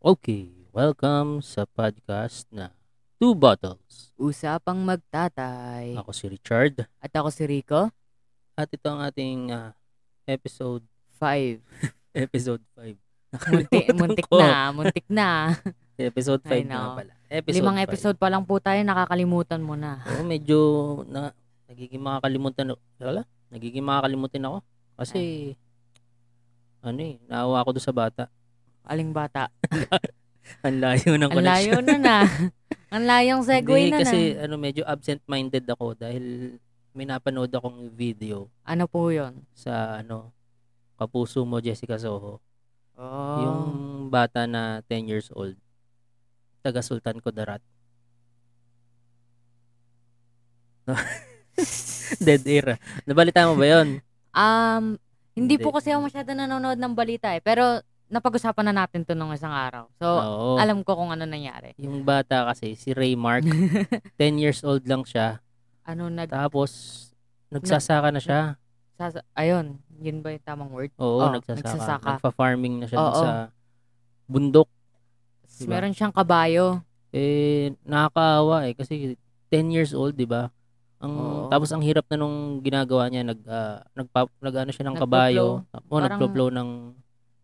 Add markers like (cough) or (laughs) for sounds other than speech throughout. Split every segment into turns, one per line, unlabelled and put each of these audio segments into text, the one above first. Okay, welcome sa podcast na Two Bottles.
Usapang magtatay.
Ako si Richard
At ako si Rico.
at ito ang ating ah, episode (laughs)
Five.
episode 5.
Munti, muntik na, muntik na.
Episode 5
I
na
know.
pala. (laughs) Episode
Limang
five.
episode pa lang po tayo, nakakalimutan mo na.
Oo, medyo na, nagiging makakalimutan ako. Wala, nagiging makakalimutan ako. Kasi,
Ah.
ano eh, naawa ako doon sa bata. (laughs)
Aling bata.
Ang layo ng
Ang
connection.
layo na
(laughs)
na. Ang layong (laughs) segue
Hindi,
na
kasi
na.
ano, medyo absent-minded ako dahil may napanood akong video
Ano po yun?
sa ano, kapuso mo Jessica Soho.
Oh.
Yung bata na 10 years old, taga Sultan Kudarat. (laughs) Dead air. ah. Nabalita mo ba yun?
Um, hindi po
Hindi.
kasi ako masyado nanonood ng balita eh. Pero napag-usapan na natin to nung isang araw. So,
Oo.
alam ko kung ano nangyari.
Yung bata kasi, si Ray
(laughs)
Mark, 10 years old lang siya.
ano nag...
Tapos, nagsasaka na siya.
Sasa- Ayun, yun ba yung tamang word?
Oo,
Oh,
nagsasaka.
nagsasaka.
Nagfa-farming na siya dun
Oo.
sa bundok. Diba?
Meron siyang kabayo.
Eh, nakakaawa eh. Kasi 10 years old, di ba? Ang,
Oo.
tapos ang hirap na nung ginagawa niya, nag, ah, nagpa, nag-ano siya ng
Nagpo-flow.
kabayo. Oo,
Parang-
nagpo-flow ng,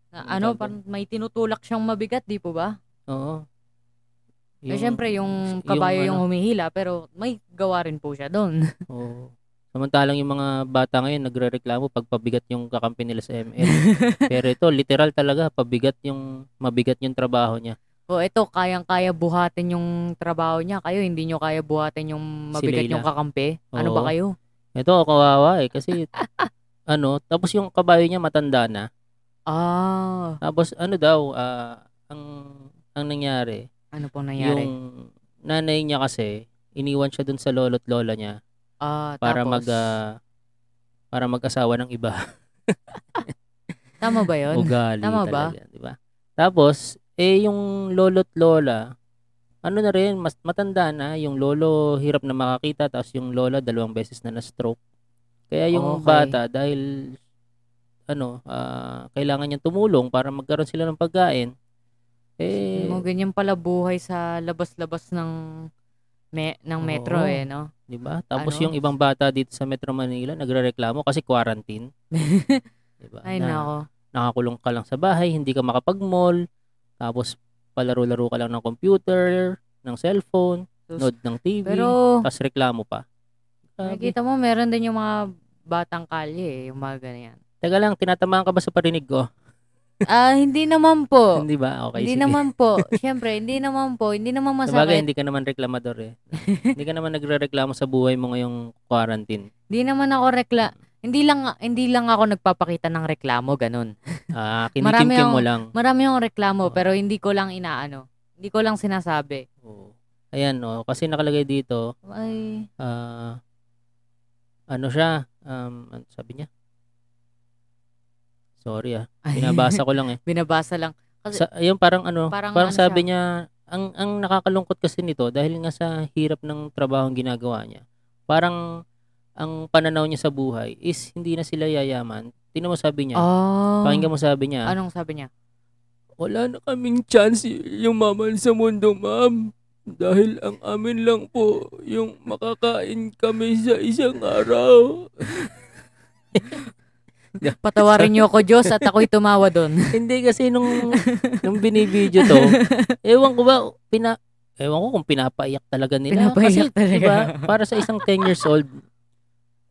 Na,
Ano
ano,
tawag
parang may tinutulak siyang mabigat, di po ba?
oo.
Eh, syempre, yung kabayo yung, humihila, pero may gawa rin po siya doon.
ano, oo. Samantalang yung mga bata ngayon, nagre-reklamo pag pabigat yung kakampi nila sa ML. Pero ito, literal talaga, pabigat yung, mabigat yung trabaho niya.
(laughs) o ito, kayang-kaya buhatin yung trabaho niya. Kayo, hindi nyo kaya buhatin yung
Si
mabigat
Leila.
yung kakampi. Ano
Oo.
ba kayo?
Ito, kawawa eh.
(laughs)
Kasi, ano, tapos yung kabayo niya matanda na.
Ah,
Tapos, ano daw, ah, ang, ang nangyari,
ano pong nangyari?
Yung nanay niya kasi, iniwan siya dun sa lolo't lola niya
ah,
para
tapos,
mag ah, para mag-asawa ng iba.
Tama ba
(laughs)
yun?
Ugali
Tama ba?
talaga, di ba? Tapos eh yung lolo't lola, ano na rin, mas matanda na, yung lolo hirap na makakita, tapos yung lola dalawang beses na na-stroke. Kaya yung
Okay.
bata dahil ano, ah, kailangan niyang tumulong para magkaroon sila ng pagkain. Eh,
Mo, ganyan pala buhay sa labas-labas ng me, ng metro
Oo.
eh, no?
'di ba? Tapos
Ano?
yung ibang bata dito sa Metro Manila nagrereklamo kasi
(laughs)
quarantine, 'di ba?
Ay,
Na,
nako.
nakakulong ka lang sa bahay, hindi ka makapag-mall, tapos palaro-laro ka lang ng computer, ng cellphone,
Sus.
nod ng TV,
Pero,
tapos reklamo pa. Grabe.
nakikita mo, meron din yung mga batang kalye eh, yung mga ganyan.
Teka lang, tinatamaan ka ba sa parinig ko?
Ah, hindi naman
(laughs)
po.
Hindi ba? Okay,
hindi
sige.
naman
(laughs)
po. Siyempre, hindi naman po. Hindi naman
Sabagay,
masakit.
hindi ka naman reklamador
(laughs)
eh. hindi ka naman nagrereklamo sa buhay mo ngayong quarantine.
Hindi naman ako rekla... Hindi lang hindi lang ako nagpapakita ng reklamo, ganun. (laughs)
Ah,
Marami
kinikimkim mo
akong-
lang.
Marami akong reklamo,
Oo.
pero hindi ko lang inaano. Hindi ko lang sinasabi.
Oo. Ayan, oh, kasi nakalagay dito,
Ay,
ah ano siya, um, ano sabi niya? Sorry ah,
ay,
binabasa ko lang eh.
(laughs) binabasa lang. Kasi-
Sa, ayun, parang ano, parang,
Parang ano
sabi niya, ang, ang nakakalungkot kasi nito, dahil nga sa hirap ng trabaho ang ginagawa niya, parang ang pananaw niya sa buhay is hindi na sila yayaman. Tingnan mo sabi niya,
Oh.
pakinggan mo sabi niya,
Anong sabi niya?
wala na kaming chance yumaman sa mundo, ma'am. Dahil ang amin lang po yung makakain kami sa isang araw.
Patawarin niyo ako, Diyos, at ako'y tumawa doon.
(laughs) Hindi kasi nung, nung binibidyo to, ewan ko ba, pina, ewan ko kung pinapaiyak talaga nila. kasi,
Pinapaiyak talaga.
diba, para sa isang 10 years old,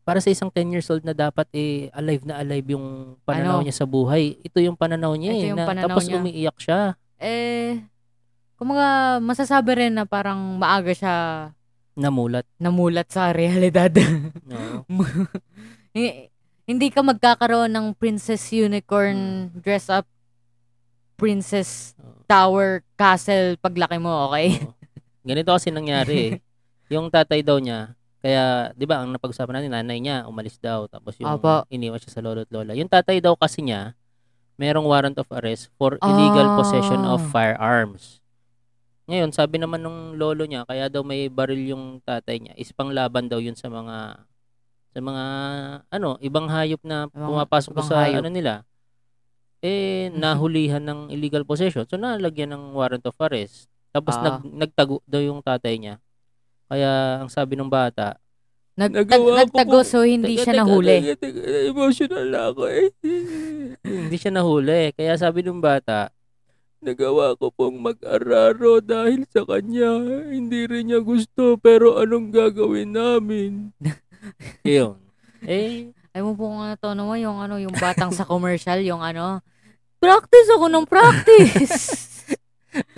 para sa isang 10 years old na dapat eh, alive na alive yung pananaw
Ano?
niya sa buhay. Ito yung pananaw niya.
Ito
eh,
yung
na-
pananaw
tapos
niya.
umiiyak siya.
(laughs) eh, kumaga, masasabi rin na parang maaga siya
Namulat.
namulat sa realidad. (laughs)
No?
Hi- hindi ka magkakaroon ng princess unicorn
Hmm.
dress up princess
Oo.
tower castle paglaki mo, okay?
Oo. Ganito kasi nangyari
(laughs)
eh. Yung tatay daw niya, kaya, di ba, ang napag-usapan natin, nanay niya, umalis daw. Tapos yung
Apo.
iniwan siya sa lolo at lola. Yung tatay daw kasi niya, merong warrant of arrest for illegal possession of
Ah.
firearms. Ngayon, sabi naman nung lolo niya, kaya daw may baril yung tatay niya, is panglaban daw yun sa mga sa sa mga ano, ibang hayop na
Ibang-
pumapasok
ibang
sa
hayop.
ano nila eh
Mhm.
nahulihan ng illegal possession. So nalagyan ng warrant of arrest. Tapos
Ah.
nag, nagtago daw yung tatay niya. Kaya ang sabi ng bata,
(laughs) Nag,
Nagawa ko
nagtago
po.
so hindi
Teka,
siya
teka,
nahuli.
teka, teka, Emotional na ako eh. (laughs) hindi siya nahuli. Kaya sabi nung bata, nagawa ko pong mag-araro dahil sa kanya. Hindi rin niya gusto pero anong gagawin
(laughs)
namin? Yun. Eh,
Ay mo po nga to naman yung ano, yung batang
(laughs)
sa commercial, yung ano, practice ako ng
(laughs)
practice.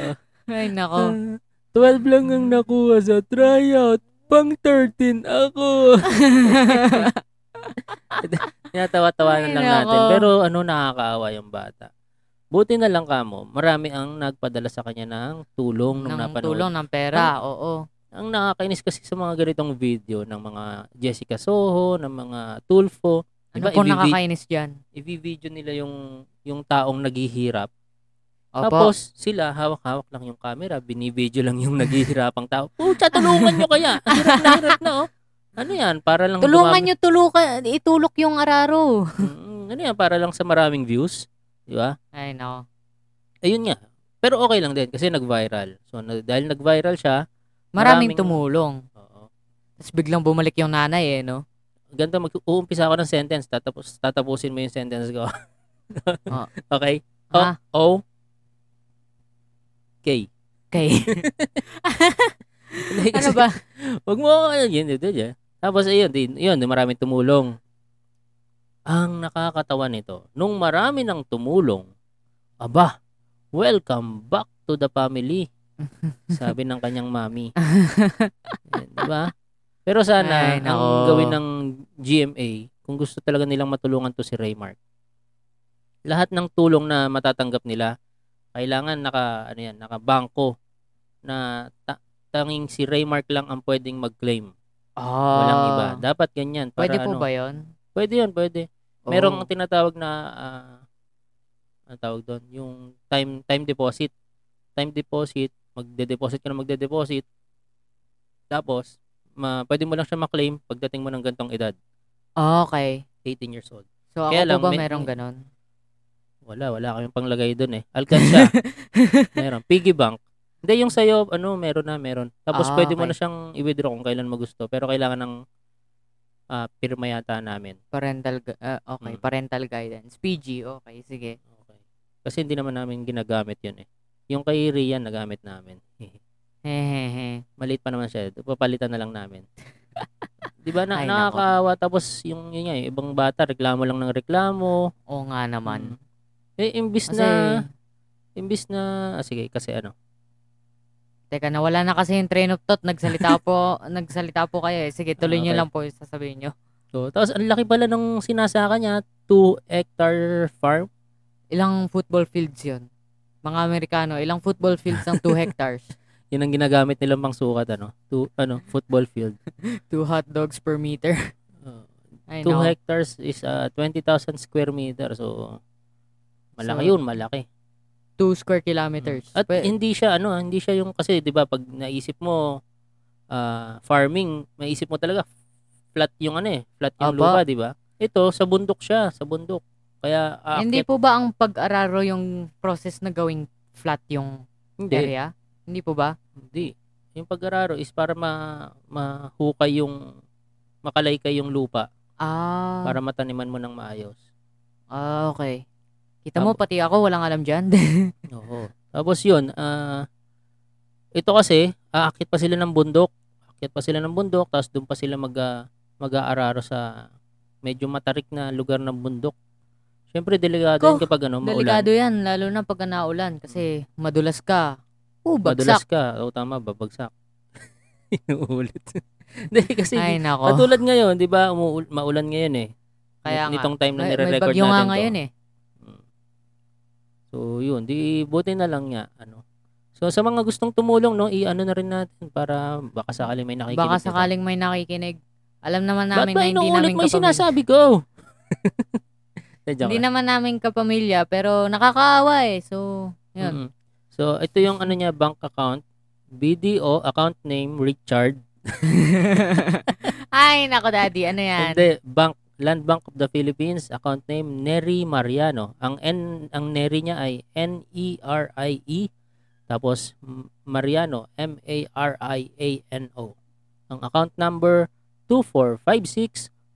Oh.
Ay nako.
ah, 12 lang ang nakuha sa tryout. Pang 13 (laughs) ako. Tinatawa-tawanan
Ay,
lang natin.
nako.
Pero ano, nakakaawa yung bata. Buti na lang kamo, marami ang nagpadala sa kanya ng tulong nung
ng
napanood
tulong ng pera, oo.
ang nakakainis kasi sa mga ganitong video ng mga Jessica Soho, ng mga Tulfo,
Ano
Diba,
po
ibibi-
nakakainis dyan?
i-video nila yung yung taong naghihirap.
Opo.
Tapos sila hawak-hawak lang yung camera, binibideo lang
(laughs)
yung naghihirapang tao. Pucha, tulungan nyo kaya. Ang Hirap na hirap na oh. Ano yan? Para lang
Tulungan
dumami-
nyo tulukan, itulok yung araro.
Mm, ano yan? Para lang sa maraming views. Di ba?
Ay, nako.
Ayun nga. Pero okay lang din kasi nag-viral. So na- dahil nag-viral siya,
Maraming
Maraming-
tumulong.
oo,
Tapos biglang bumalik yung nanay eh, no?
ganito mag-uumpisa ako ng sentence tatapos tatapusin mo yung sentence ko. (laughs)
Oh.
okay? O
Ah.
O K.
Kay,
Hindi,
ano
kasi- (laughs)
ba?
Wag mo ayun yun, yun, yun, yun. Tapos ayun, di- yun, maraming tumulong. Ang nakakatawa nito, nung marami nang tumulong, aba, welcome back to the family.
(laughs)
Sabi ng kanyang mami. Yan, di ba? Pero sana,
Ay,
ang
nako.
gawin ng GMA, kung gusto talaga nilang matulungan to si Raymark, lahat ng tulong na matatanggap nila, kailangan naka, ano yan, nakabangko na ta- tanging si Raymark lang ang pwedeng mag-claim.
Ah.
Walang iba. Dapat ganyan. Para
Pwede po
ano,
ba Oh. yun?
Pwede yun, pwede.
Oo.
Merong tinatawag na ah, ano tawag doon, yung time time deposit. Time deposit, magde-deposit ka na magde-deposit. Tapos, ma, pwede mo lang siya ma-claim pagdating mo ng gantong edad,
Ah, okay.
18 years old.
So, ako
Kaya lang,
po ba
may-
merong ganon?
Wala, wala kaming panglagay doon eh. Alkansya,
(laughs)
meron. Piggy bank. Hindi, yung sa'yo, ano, meron na, meron. Tapos,
Ah,
pwede mo
okay.
na siyang i-withdraw kung kailan mo gusto. Pero kailangan ng ah, pirma yata namin.
parental, gu- ah, okay,
Mm.
parental guidance. PG, okay, sige.
Okay. Kasi hindi naman namin ginagamit yun eh. Yung kay Rian, nagamit namin. (laughs)
Hehehe.
Maliit pa naman siya. Papalitan na lang namin. (laughs) Di ba? Na,
Ay, nako.
nakakaawa. Tapos yung yun nga, yung ibang bata, reklamo lang ng reklamo.
Oo nga naman.
Mm. Eh, imbis
Kasi,
na, imbis na, ah, sige, kasi ano.
teka, nawala na kasi yung train of thought. Nagsalita
(laughs)
po, nagsalita po kayo eh. Sige, tuloy nyo
Okay.
lang po yung sasabihin nyo.
So, tapos ang laki pala nung sinasaka niya, 2 hectare farm.
Ilang football fields yun? Mga Amerikano, ilang football fields ang
(laughs)
2 hectares?
Yun ang ginagamit nilang pang sukat, ano? Two, ano, football field.
2 hot dogs per meter.
Uh,
I
2
know.
hectares is ah, 20,000 square meter. So, malaki
So,
yun, malaki.
2 square kilometers.
Mm. At
Pwe-
hindi siya ano, hindi siya yung kasi 'di ba pag naisip mo ah, farming, maisip mo talaga flat yung ano eh, flat yung
Apa.
lupa, 'di ba? Ito sa bundok siya, sa bundok. Kaya aakyat-
Hindi po ba ang pag-araro yung process na gawing flat yung
hindi,
area? Hindi po ba?
hindi. Yung pag-araro is para ma mahukay yung makalaykay yung lupa
Ah,
para mataniman mo ng maayos.
ah okay. Kita mo,
Tama.
pati ako walang alam dyan. (laughs)
Oo. Tapos yun, ah, ito kasi, aakyat pa sila ng bundok. Aakyat pa sila ng bundok, tapos doon pa sila mag, ah, mag-aararo sa medyo matarik na lugar ng bundok. Siyempre, delikado yun
Ko,
kapag ano, maulan.
Delikado yan, lalo na pag naulan kasi madulas ka. Oh,
Madulas
bagsak.
ka. Oo, tama, babagsak. (laughs) Inuulit. (laughs) Hindi, kasi
Ay, nako.
katulad ngayon, di ba, umuul- maulan ngayon eh.
Kaya nga.
Nitong time na
May, may
nire-record
bagyo nga
natin to.
ngayon eh.
Mm. So, yun. Di, buti na lang niya. Ano. So, sa mga gustong tumulong, no, i-ano na rin natin para baka sakali may nakikinig.
Baka
nito.
sakaling may nakikinig. Alam naman
Ba't
namin
ba
na hindi
inuulit
namin
mo yung
kapamilya.
sinasabi (laughs) ko?
Hindi naman namin kapamilya pero nakakaawa eh. So,
Mm.
yun.
So, ito yung ano niya, bank account. BDO, account name, Richard.
Ay, nako daddy, ano yan?
Hindi, Bank, Land Bank of the Philippines, account name Neri Mariano. Ang N ang Neri niya ay N E R I E tapos M- Mariano M A R I A N O. Ang account number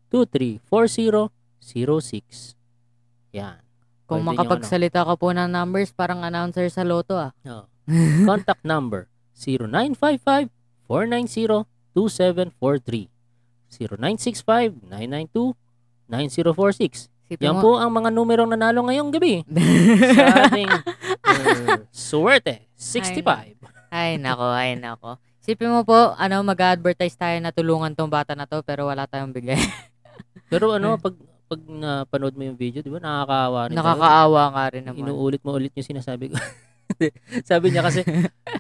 2456-2340-06. Yan.
Kung
Pwede ano? niyong
makapagsalita ka po ng numbers, parang announcer sa loto ah.
Oo. ano, Contact number 0955-490-2743. 0965-992-9046.
Sipin
Yan
mo.
po ang mga numerong nanalo ngayong gabi sa ating uh, Suwerte 65.
(laughs) ay, nako, ay, nako. Sipin mo po, ano, mag-advertise tayo na tulungan tong bata na to, pero wala tayong bigay.
Ano
(laughs)
Pero ano, pag pag napanood mo yung video, di ba, nakakaawa rin.
Nakakaawa nga rin
talaga.
naman.
Inuulit mo ulit yung sinasabi ko. (laughs) sabi niya
(laughs)
kasi,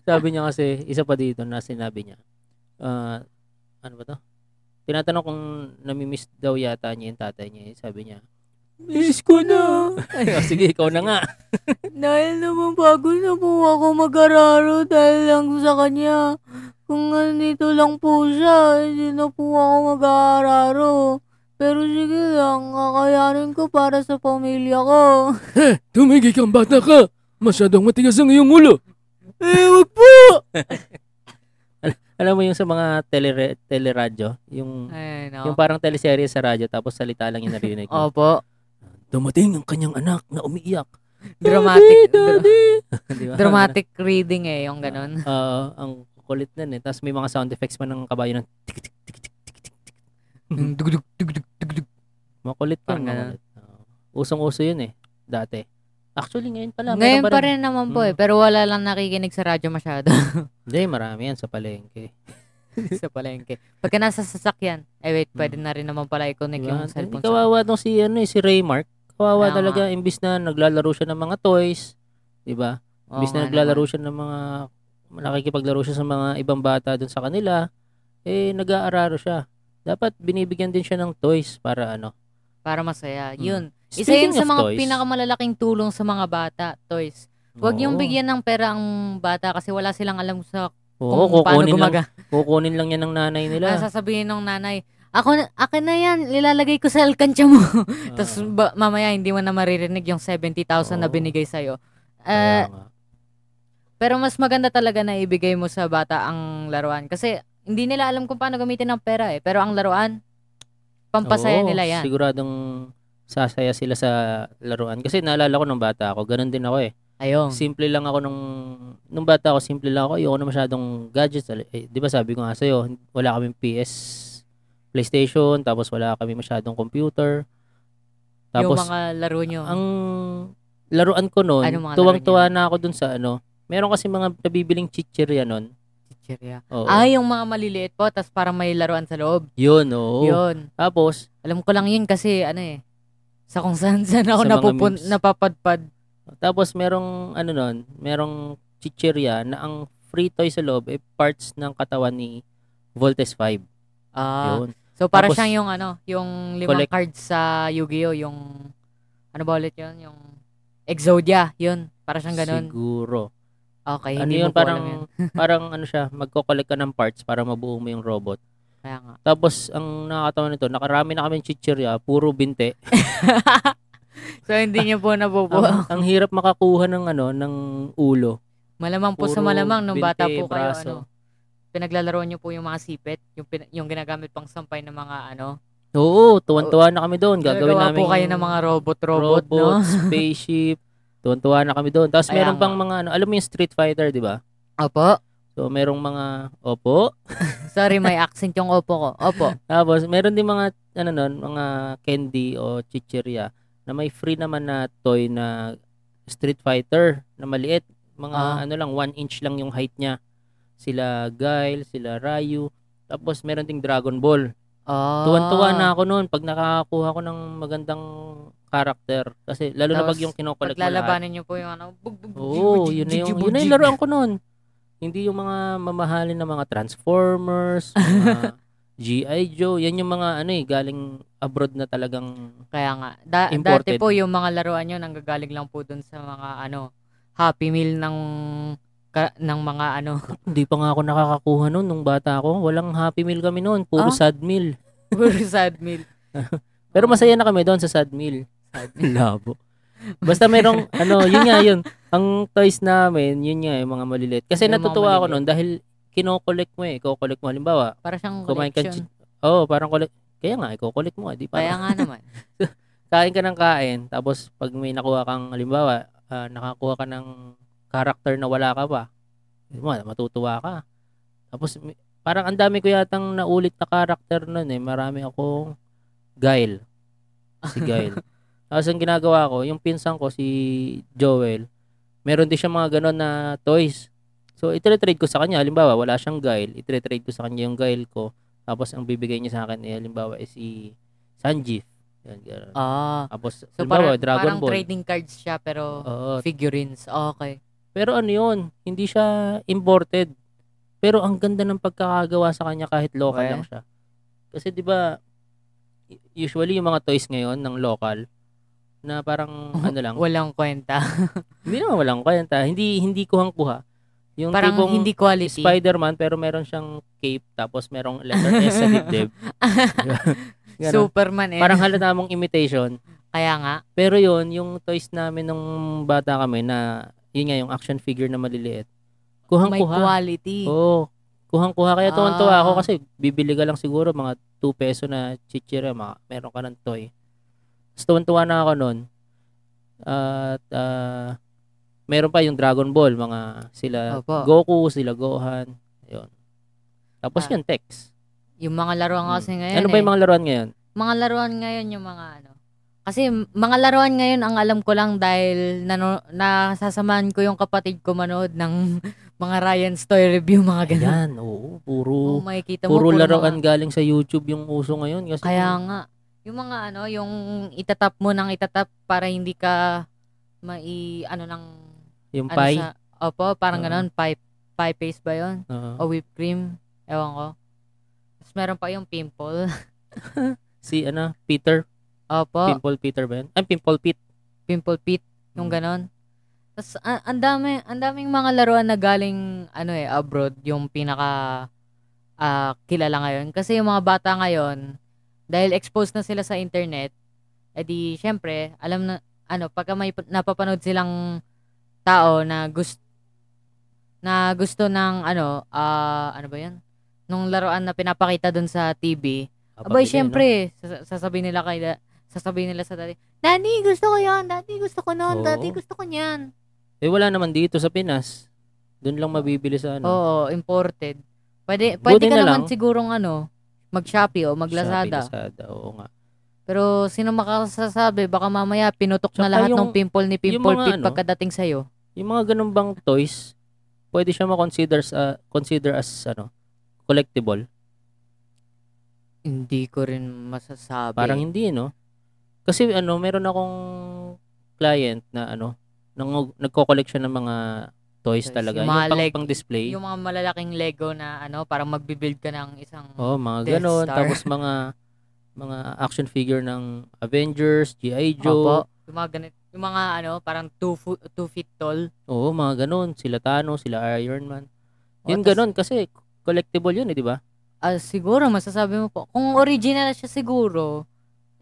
sabi niya kasi, isa pa dito na sinabi niya. Ah, ano ba to? Tinatanong kung namimiss daw yata niya yung tatay niya. eh. Sabi niya, Miss ko na.
(laughs)
Ay, oh, sige, ikaw na nga.
Dahil naman bago na po ako mag-araro dahil lang sa kanya. Kung nandito lang po siya, hindi na po ako mag-araro. Pero sige lang, kakayanin ko para sa pamilya ko.
Tumigil kang bata ka. Masyadong matigas ang iyong ulo.
Eh, wag
(laughs)
po!
Alam mo yung sa mga tele teleradyo, yung
Ay,
yung
no.
parang teleserye sa radyo tapos salita lang yung narinig mo. (laughs)
Opo.
Dumating ang kanyang anak na umiiyak.
Dramatic. dra-
(laughs) Di ba?
dramatic reading eh, yung ganun.
Oo, ang kulit nun eh. Tapos may mga sound effects pa ng kabayo ng tik tik tik tik tik tik tik.
Mm, Dugdug, dugdug, dugdug.
Makulit pa
Parang ganun.
Usong-uso yun eh dati. Actually ngayon pala. meron Mm.
Ngayon pa rin naman po eh, pero wala lang nakikinig sa radyo
(laughs)
masyado.
Hindi, marami yan sa palengke.
sa palengke. Pagka nasa sasakyan, eh wait,
Mm.
pwede na rin naman pala i-connect
Diba?
yung cellphone.
Hindi, kawawa tong si, ano, eh, si Raymark. Kawawa
Kaya
talaga. Imbis na naglalaro siya ng mga toys. Diba?
Oo
Imbis
nga
na naglalaro siya ng mga nakikipaglaro siya sa mga ibang bata dun sa kanila, eh nag-aararo siya. Dapat binibigyan din siya ng toys para ano.
naman. Para masaya.
Mm.
Yun. Isa yun
Speaking
sa
of
mga
toys,
pinakamalalaking tulong sa mga bata, toys. Huwag yung
oo.
bigyan ng pera ang bata kasi wala silang alam sa
Oo,
kung paano
kukunin lang,
gumaga. Ah,
kukunin lang niya ng
(laughs)
nanay nila.
Ang sasabihin ng nanay, ako na, akin na yan, ilalagay ko sa alkansya mo.
(laughs) Ah,
Tapos ba- mamaya hindi mo na maririnig yung 70,000 na
Oo.
binigay sa'yo.
kaya
Ah,
nga.
Pero mas maganda talaga na ibigay mo sa bata ang laruan. Kasi hindi nila alam kung paano gamitin ang pera eh. Pero ang laruan, pampasaya
Oo,
nila yan.
Siguradong sasaya sila sa laruan. Kasi naalala ko nung bata ako, ganun din ako eh.
Ayong.
Simple lang ako nung nung bata ako, simple lang ako. Ayoko na masyadong gadgets. Al- Eh, 'Di ba sabi ko nga sa'yo, wala kaming PS, PlayStation, tapos wala kami masyadong computer.
yung
Tapos
mga laro nyo.
ang laruan ko noon,
Ano mga
tuwang-tuwa
laro
na ako dun sa ano. Meron kasi mga nabibiling chichirya noon.
Chichirya.
Oo.
Ah, yung mga maliliit po, tapos parang may laruan sa loob.
yun, oo.
Yun.
Tapos,
Alam ko lang yun kasi ano eh. Sa kung saan (laughs) saan ako
Sa mga
napupun-
memes.
napapadpad.
tapos merong ano noon, merong chichirya na ang free toy sa loob eh, parts ng katawan ni Voltes 5.
Ah,
Yun.
so para
Tapos,
siyang yung ano, yung limang
collect-
cards sa Yu-Gi-Oh, yung ano ba ulit yun? Yung Exodia, yun. Para siyang ganun.
Siguro.
Okay,
ano
hindi
yun,
mo po alam
parang,
yun.
(laughs) parang ano siya, magko-collect ka ng parts para mabuo mo yung robot.
Kaya nga.
Tapos, ang nakakatawa nito, nakarami na kami ng chichirya, puro binte.
so, hindi niyo po nabubuo.
ang, ang hirap makakuha ng ano, ng ulo.
Malamang po sa
Puro
malamang nung bata
binte,
po kayo,
braso.
ano, pinaglalaro niyo po yung mga sipit, yung, pin- yung ginagamit pang sampay ng mga, ano,
Oo, tuwan-tuwa na kami doon. Gagawin
Gagawa
namin
po kayo ng mga robot-robot,
robot,
(laughs) no?
spaceship. Tuwan-tuwa na kami doon. Tapos
Kaya
meron pang
nga.
mga ano, alam mo yung Street Fighter, di ba?
Opo.
So, merong mga, opo.
Sorry, may accent yung opo ko. Opo.
Tapos, meron din mga, ano nun, mga candy o chichirya na may free naman na toy na Street Fighter na maliit. Mga,
Ah.
ano lang, one inch lang yung height niya. Sila Guile, sila Ryu. Tapos, meron ding Dragon Ball.
Oh.
Tuwan-tuwa na ako noon pag nakakakuha ko ng magandang karakter. Kasi, lalo na
Tapos,
pag yung kinokollect mo lahat.
Paglalabanin niyo po yung ano, bug, bug,
Oo,
jig,
yun na
jig,
yung,
jig,
yun na
jig.
yung laruan ko noon. Hindi yung mga mamahalin na mga
(laughs)
Transformers, mga G.I. Joe, yan yung mga ano eh, galing abroad na talagang
Kaya nga. Da-
Imported.
dati po yung mga laruan niyo nanggagaling lang po dun sa mga ano, Happy Meal ng ka- ng mga ano.
Hindi pa nga ako nakakakuha noon nung bata ako. Walang happy meal kami noon. Puro
Ah?
sad meal.
Puro sad meal.
Pero masaya na kami doon sa sad meal. (laughs) Labo. Basta
(laughs)
merong, ano, yun nga yun. Ang toys namin, yun nga, yung mga maliliit. Kasi
Yung mga
natutuwa ako
maliliit.
noon dahil kinokollect mo eh. Kinokollect mo. Halimbawa,
Para siyang
kumain ka.
collection.
Oo, oh, parang collect. Kaya nga, ikokollect mo. eh, Di
Kaya
parang
nga
(laughs)
naman.
kain ka ng kain. Tapos pag may nakuha kang, halimbawa, ah, nakakuha ka ng character na wala ka pa. di mo, matutuwa ka. Tapos may- parang ang dami ko yatang naulit na character nun eh. Marami akong Gail. Si Gail. Tapos ang ginagawa ko, yung pinsan ko, si Joel, meron din siya mga ganon na toys. So, ititrade ko sa kanya. Halimbawa, wala siyang Gail. Ititrade ko sa kanya yung Gail ko. Tapos, ang bibigay niya sa akin, eh, halimbawa, is si Sanjif. Yan, ganun.
Ah.
Tapos,
So
halimbawa,
parang,
Dragon
parang
Ball. Oh,
trading cards siya pero
Oo.
figurines. Ah, Okay.
Pero ano yun, hindi siya imported. Pero ang ganda ng pagkakagawa sa kanya kahit local
Okay.
lang siya. Kasi di ba y- usually yung mga toys ngayon ng local na parang
Mhm.
ano lang,
Walang kwenta.
hindi naman walang kwenta, hindi hindi kuhang-kuha. Yung
(laughs) parang
tipong
hindi quality.
Spider-Man pero meron siyang cape tapos merong letter S sa
(laughs)
dibdib. Ganun.
Superman eh.
parang halata mong imitation.
Kaya nga.
Pero yun, yung toys namin nung bata kami na yun nga yung action figure na maliliit.
May
Kuhang-kuha.
quality.
Oo. Kuhang-kuha kaya tuwan-tuwa
Ah.
ako kasi bibili ka lang siguro mga 2 peso na chichira, mga, meron ka ng toy. Tapos tuwan-tuwa na ako nun. At ah, meron pa yung Dragon Ball, mga sila
Opo.
Goku, sila Gohan. Yun. Tapos
Ah.
yun, text.
Yung mga laruan
Mm.
kasi ngayon
ano ba
eh.
yung mga laruan
(laughs)
ngayon?
mga laruan ngayon yung mga ano. Kasi m- mga laruan ngayon ang alam ko lang dahil nano, nasasamahan ko yung kapatid ko manood ng (laughs) mga Ryan's Toy Review, mga ganun.
Ayan, oo. Puro,
Oh, makikita mo.
puro
mga-
laruan galing sa YouTube yung uso ngayon. Kasi
kaya nga. Yung mga ano, yung itatap mo ng itatap para hindi ka mai, ano ng,
yung
ano
pie.
sa, opo, parang
Oo.
ganun, pie, pie paste ba yun?
oo.
O whipped cream? Ewan ko. Tapos meron pa yung pimple. (laughs)
si ano, Peter.
Opo.
Pimple Peter ba yun? Ay, Pimple Pete.
pimple pit, yung ganon. Tapos, a- ang dami, ang daming mga laruan na galing, ano eh, abroad, yung pinaka ah, kilala ngayon. Kasi yung mga bata ngayon, dahil exposed na sila sa internet, edi, syempre, alam na, ano, pagka may pa- napapanood silang tao na gusto, na gusto ng, ano, ah, ano ba yun? Nung laruan na pinapakita dun sa TV, Abay,
Kapatid, eh, no?
syempre, sasa- sasabihin nila kay da- sasabihin nila sa dati, Nani, gusto ko yan. Dati gusto ko
Oo.
nun. Dati gusto ko niyan.
Eh, wala naman dito sa Pinas. Doon lang mabibili sa ano.
Oo, imported. Pwede,
Buti
pwede ka
na
naman
lang.
sigurong ano, mag-Shopee o
Shopee,
mag-Lazada.
Lazada, oo nga.
Pero sino makasasabi, baka mamaya pinutok
Tsaka
na lahat ng
yung-
pimple ni
yung
Pimple
mga
Pit
ano,
pagkadating sa'yo.
Yung mga ganun bang toys, pwede siya ma-consider sa, consider as ano, collectible.
Hindi ko rin masasabi.
Parang hindi, no? Kasi ano, meron akong client na ano, nang, nagko-collection ng mga toys,
Toys.
talaga.
Yung
Yung,
mga
pang,
leg-
pang display.
yung mga malalaking Lego na ano, parang magbibuild ka ng isang...
Oo, oh, mga
Death
ganun.
Star.
Tapos mga mga action figure ng Avengers, G.I. Joe.
Opo. Yung mga ganit, yung mga ano, parang 2 feet tall.
Oo, mga ganun. Sila Thanos, sila Iron Man. Yun
O, tas-
ganun kasi collectible yun eh, di ba?
Ah, siguro, masasabi mo po. Kung original siya siguro,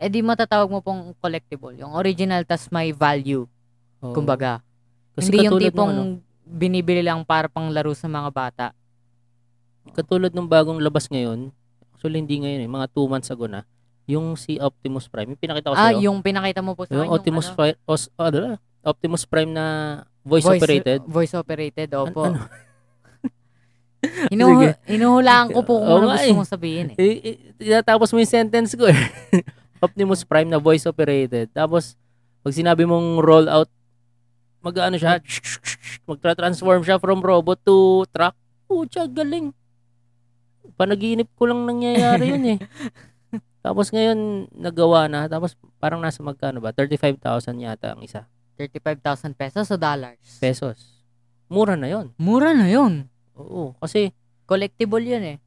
edi matatawag mo pong collectible. Yung original, tas may value,
Oo.
kumbaga.
Kasi
Hindi yung
katulad
tipong
ng ano,
binibili lang para pang laro sa mga bata.
katulad ng bagong labas ngayon, actually hindi ngayon eh, mga two months ago na, yung si Optimus Prime, yung pinakita ko
ah,
sa'yo,
yung pinakita mo po sa
yung,
akin. yung
Optimus,
ano,
Prime, os, ah, dala, Optimus Prime na voice, operated.
Voice operated,
An-
opo. (laughs)
ano?
Hinuhu- hinuhulaan ko po
Oo
kung ano
nga
gusto
eh.
mong sabihin eh.
Eh, eh, tinatapos mo yung sentence ko eh. (laughs) Optimus Prime na voice operated. Tapos, pag sinabi mong roll out, mag-ano siya, magtra-transform siya from robot to truck. Pucha, galing. Panaginip ko lang nangyayari yun eh. Tapos ngayon, nagawa na. Tapos parang nasa magkano ba? 35,000 yata ang isa.
35,000 pesos o dollars.
Pesos. Mura na yon
Mura na yun.
Oo. Kasi
Collectible yun eh.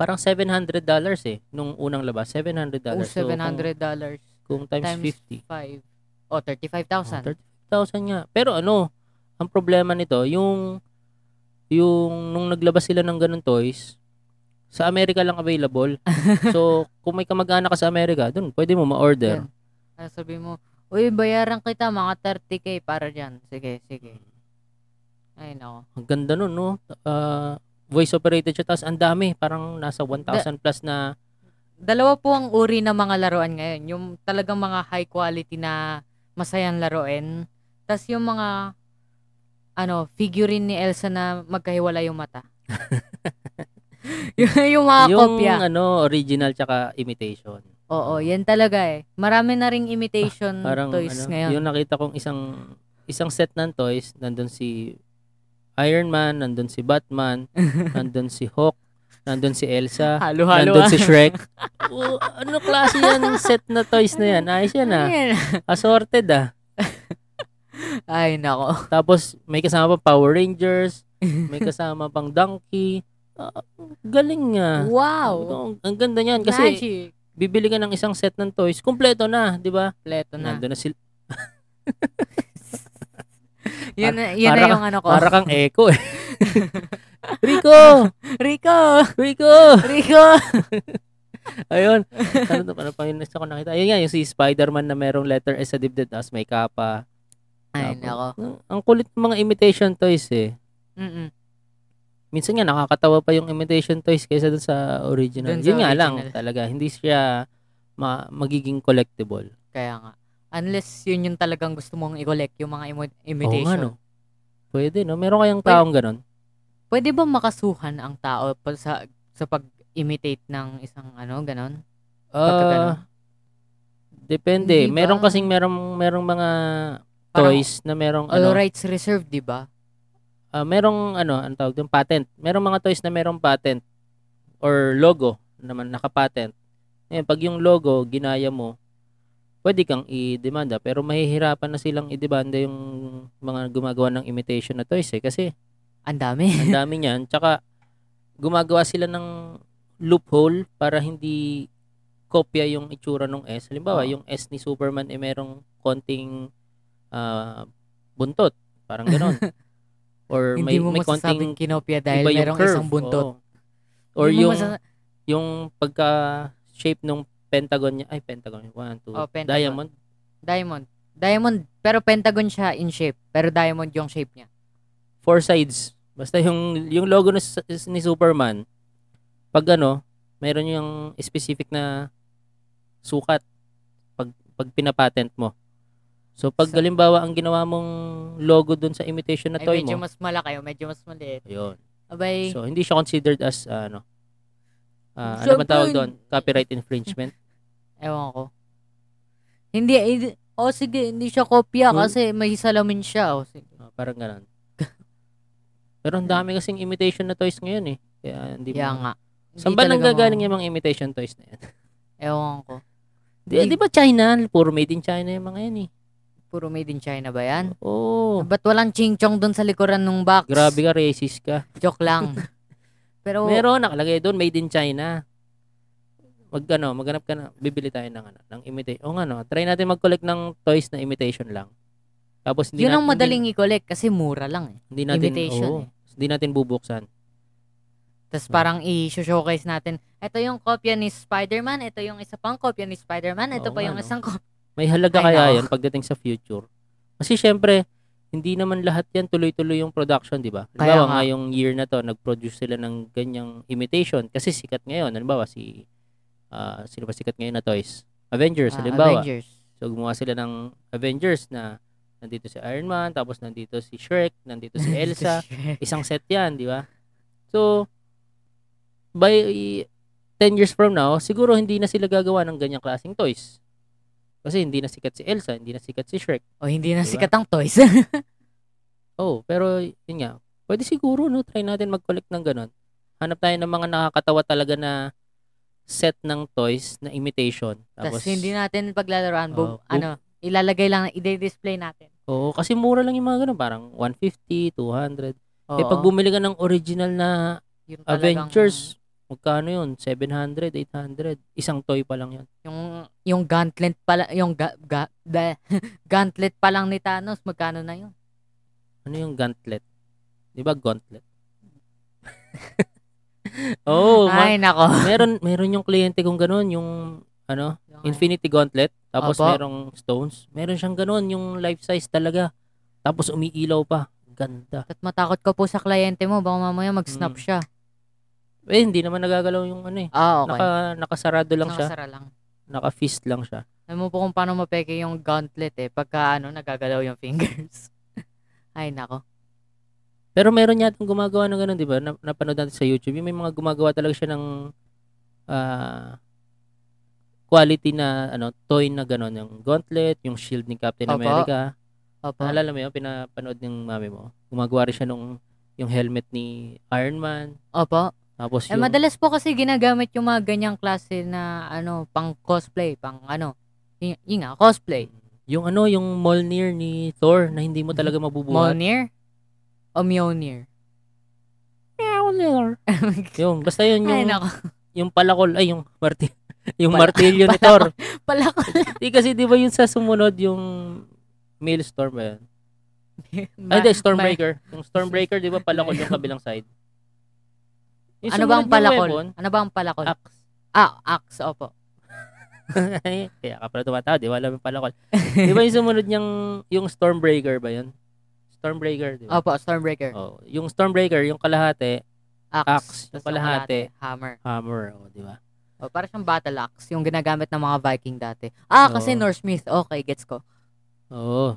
parang $700 eh. Nung unang labas, $700.
O
So, kung-
$700 Oh, dollars.
kung, times,
times
50.
5. O, 35,000.
Oh, 30,000 nga. Pero ano, ang problema nito, yung yung nung naglabas sila ng ganun toys, sa Amerika lang available. so, kung may kamag-anak ka sa Amerika, dun, pwede mo ma-order.
Yan. Ano sabi mo, uy, bayaran kita mga 30k para dyan. Sige, sige. Ay, nako.
Ang ganda nun, no? Ah, voice operated siya, tapos ang dami. Parang nasa 1,000 plus na
Dalawa po ang uri ng mga laruan ngayon. Yung talagang mga high quality na masayang laruin. Tapos yung mga ano, figurine ni Elsa na magkahiwala yung mata. (laughs) yung, yung mga
yung
Ah, kopya.
ano, original tsaka imitation.
Oo, yan talaga eh. Marami na ring imitation
Parang
Mm, toys
ano,
ngayon.
yung nakita kong isang isang set ng toys, nandun si Iron Man, nandun si
(laughs)
Batman, nandun si Hawk, nandun si Elsa,
Halo-halo. ah.
nandun si Shrek. (laughs) O, ano klase yan set na toys na yan? Ayos yan ah. Assorted ah.
(laughs) Ay, nako.
Tapos may kasama pang Power Rangers,
(laughs)
may kasama pang Donkey. Ah, galing nga.
wow.
Ang ganda niyan Ah. kasi
Magic.
bibili ka ng isang set ng toys, kumpleto na, 'di ba?
Kompleto na.
Nandun na si
Yun, na- yun
para
na
ka-
yung ano ko.
Para kang echo eh. Rico!
(laughs) Rico!
Rico!
Rico!
Ayun. Ano to? Ano pa yun? Isa ko nakita. Ayun nga, yung si Spider-Man na merong letter S sa dibdib tapos may kapa.
Ay,
Tapos,
nako.
ang- Ang kulit ng mga imitation toys eh.
Mm-mm.
Minsan nga nakakatawa pa yung imitation toys kaysa dun sa original.
Dun sa
yun nga lang
original.
talaga. Hindi siya ma- magiging collectible.
Kaya nga. Unless yun yung talagang gusto mong i-collect, yung mga imo-
Oo nga
imitation.
no. Pwede no. Meron kayang
Pwede.
taong ganun.
Pwede ba makasuhan ang tao pa- sa sa pag-imitate ng isang ano, ganon? Pagka ganon?
Ah, depende.
Hindi ba?
Meron kasing merong merong mga
Parang
toys na merong
All
ano,
rights reserved, di ba?
Ah, merong ano, ang tawag doon, patent. Merong mga toys na merong patent or logo naman nakapatent. Ngayon, pag yung logo ginaya mo, pwede kang i-demanda pero mahihirapan na silang i-demanda yung mga gumagawa ng imitation na toys eh kasi
Ang dami.
ang dami niyan. Tsaka gumagawa sila ng loophole para hindi kopya yung itsura ng S. Halimbawa,
Oo.
yung S ni Superman ay merong konting ah, buntot. Parang
(laughs)
ganon. Or
Hindi
may,
mo
may konting
masasabing kinopya dahil
iba yung
merong
curve.
isang buntot.
Oo. Or
Hindi mo
yung,
masasa-
yung pagka-shape ng pentagon niya. Ay, pentagon. One, two.
Oh, pentagon.
Diamond.
Diamond. Diamond. Pero pentagon siya in shape. Pero diamond yung shape niya.
Four sides. Basta yung, yung logo ni, Su- ni Superman, pag ano, meron yung specific na sukat pag, pag pinapatent mo. So, pag
Sa-
halimbawa ang ginawa mong logo dun sa imitation na
Ay,
toy
medyo
mo,
mas malaki o medyo mas maliit.
ayun.
Abay,
So, hindi siya considered as, ah, ano, ah, ano ba
Siyempre,
tawag
hindi-
doon? Copyright
(laughs)
infringement?
ewan ko. Hindi, hindi o sige, hindi siya kopya
Hmm.
kasi may salamin siya. O, sige.
Ah, parang ganun. (laughs) Pero ang dami kasing imitation na toys ngayon eh. Kaya hindi
Kaya
mo.
nga. Hindi
Saan ba nang
talaga
gagaling
ma-
yung mga imitation toys na yan?
Ewan ko.
di, eh,
Hindi.
di ba China? Puro made in China yung mga yan eh.
Puro made in China ba yan?
Oo.
Ba't walang ching-chong dun sa likuran ng box?
Oh. grabe ka, racist ka.
Joke
(laughs)
lang. Pero,
Meron, nakalagay doon, made in China. Mag, ano, maghanap ka na, bibili tayo ng, ano, ng imitation. O nga, no, try natin mag-collect ng toys na imitation lang. Tapos hindi
yun ang
nat- hindi-
madaling i-collect kasi mura lang eh.
hindi, natin,
imitation
oo,
eh.
Hindi natin bubuksan.
Tapos
Hmm.
parang i-showcase natin, ito yung kopya ni Spider-Man, ito yung isa pang kopya ni Spider-Man,
Oo
ito pa
nga,
yung
no?
isang kopya.
May halaga
Ay,
kaya
nako.
yan pagdating sa future? Kasi syempre, hindi naman lahat yan tuloy-tuloy yung production, di ba?
Kaya
Halimbawa
nga.
nga yung year na to, nag-produce sila ng ganyang imitation. Kasi sikat ngayon. Halimbawa, si, ah, sino ba sikat ngayon na toys? Avengers,
Ah,
halimbawa.
Avengers.
So, gumawa sila ng Avengers na nandito si Iron Man, tapos nandito si Shrek, nandito
(laughs)
si Elsa. Isang set yan, di ba? So, by 10 years from now, siguro hindi na sila gagawa ng ganyang klaseng toys. Kasi hindi na sikat si Elsa, hindi na sikat si Shrek.
o Oh, hindi na
Diba?
sikat ang toys. (laughs)
Oh, pero yun nga, pwede siguro, no? Try natin mag-collect ng ganon. Hanap tayo ng mga nakakatawa talaga na set ng toys na imitation.
Tapos hindi natin
Oo,
paglalaroan, bu-
bu-
ano, ilalagay lang, i-display natin.
Oo, kasi mura lang yung mga ganun. Parang 150, 200.
Oo,
Eh, pag bumili ka ng original na
yung talagang-
Avengers, magkano yun? 700, 800. Isang toy pa lang yun.
Yung, yung gauntlet pala, yung ga, ga, bleh, (laughs) gauntlet pa lang ni Thanos, magkano na yun?
Ano yung gauntlet? (laughs) Di ba gauntlet? Oo. Oh, ma-
Ay, nako.
(laughs) meron, meron yung kliyente kong ganun, yung ano, Infinity Gauntlet. Tapos
Opo.
merong stones. Meron siyang ganun, yung life size talaga. Tapos umiilaw pa. Ganda.
At matakot ka po sa kliyente mo, baka mamaya mag-snap
Mm.
siya.
Eh, hindi naman nagagalaw yung ano eh.
Ah, okay.
Naka, nakasarado lang siya.
Nakasara lang.
Naka-fist lang siya.
Alam mo po kung paano mapeke yung gauntlet eh, pagka ano, nagagalaw yung fingers. (laughs) Ay, nako.
Pero meron yatang gumagawa ng ganun, di ba? Na, napanood natin sa YouTube. Yung may mga gumagawa talaga siya ng ah, quality na ano toy na ganun. Yung gauntlet, yung shield ni Captain
Opo.
America.
Opo.
Naalala mo yun? Pinapanood ng mami mo. Gumagawa rin siya nung yung helmet ni Iron Man.
Opo.
Tapos
Eh,
yung...
madalas po kasi ginagamit yung mga ganyang klase na ano, pang cosplay, pang ano, y- yun nga, cosplay.
Yung ano, yung Mjolnir ni Thor na hindi mo talaga mabubuhat.
Mjolnir? O Mjolnir?
Mjolnir. yung, basta yun yung,
Ay, nako.
yung palakol, ay yung martil. (laughs) yung
Pala-
martilyo ni
(laughs) palakol.
Thor.
Pala ko.
Di kasi di ba yun sa sumunod yung Mailstorm ba yun? Ay,
Ma-
di,
ma-
Stormbreaker. Yung Stormbreaker, di ba palakol yung kabilang side? Yung
Ano ba ang
sumunod na
palakol?
weapon,
Ano ba ang palakol?
Axe. (laughs)
ah, axe, opo.
Ay, Kaya ka pala tumatawa, di ba? Alam yung palakol. di ba yung sumunod niyang, yung Stormbreaker ba yun? Stormbreaker, di ba?
Opo, Stormbreaker.
Oh, yung Stormbreaker, yung kalahati, axe,
Axe.
yung
Tas ang
kalahati.
Hammer.
hammer, oh, di ba?
O, para siyang battle axe, yung ginagamit ng mga Viking dati. Ah, kasi
Oo.
Norse myth. Okay, gets ko.
Oo.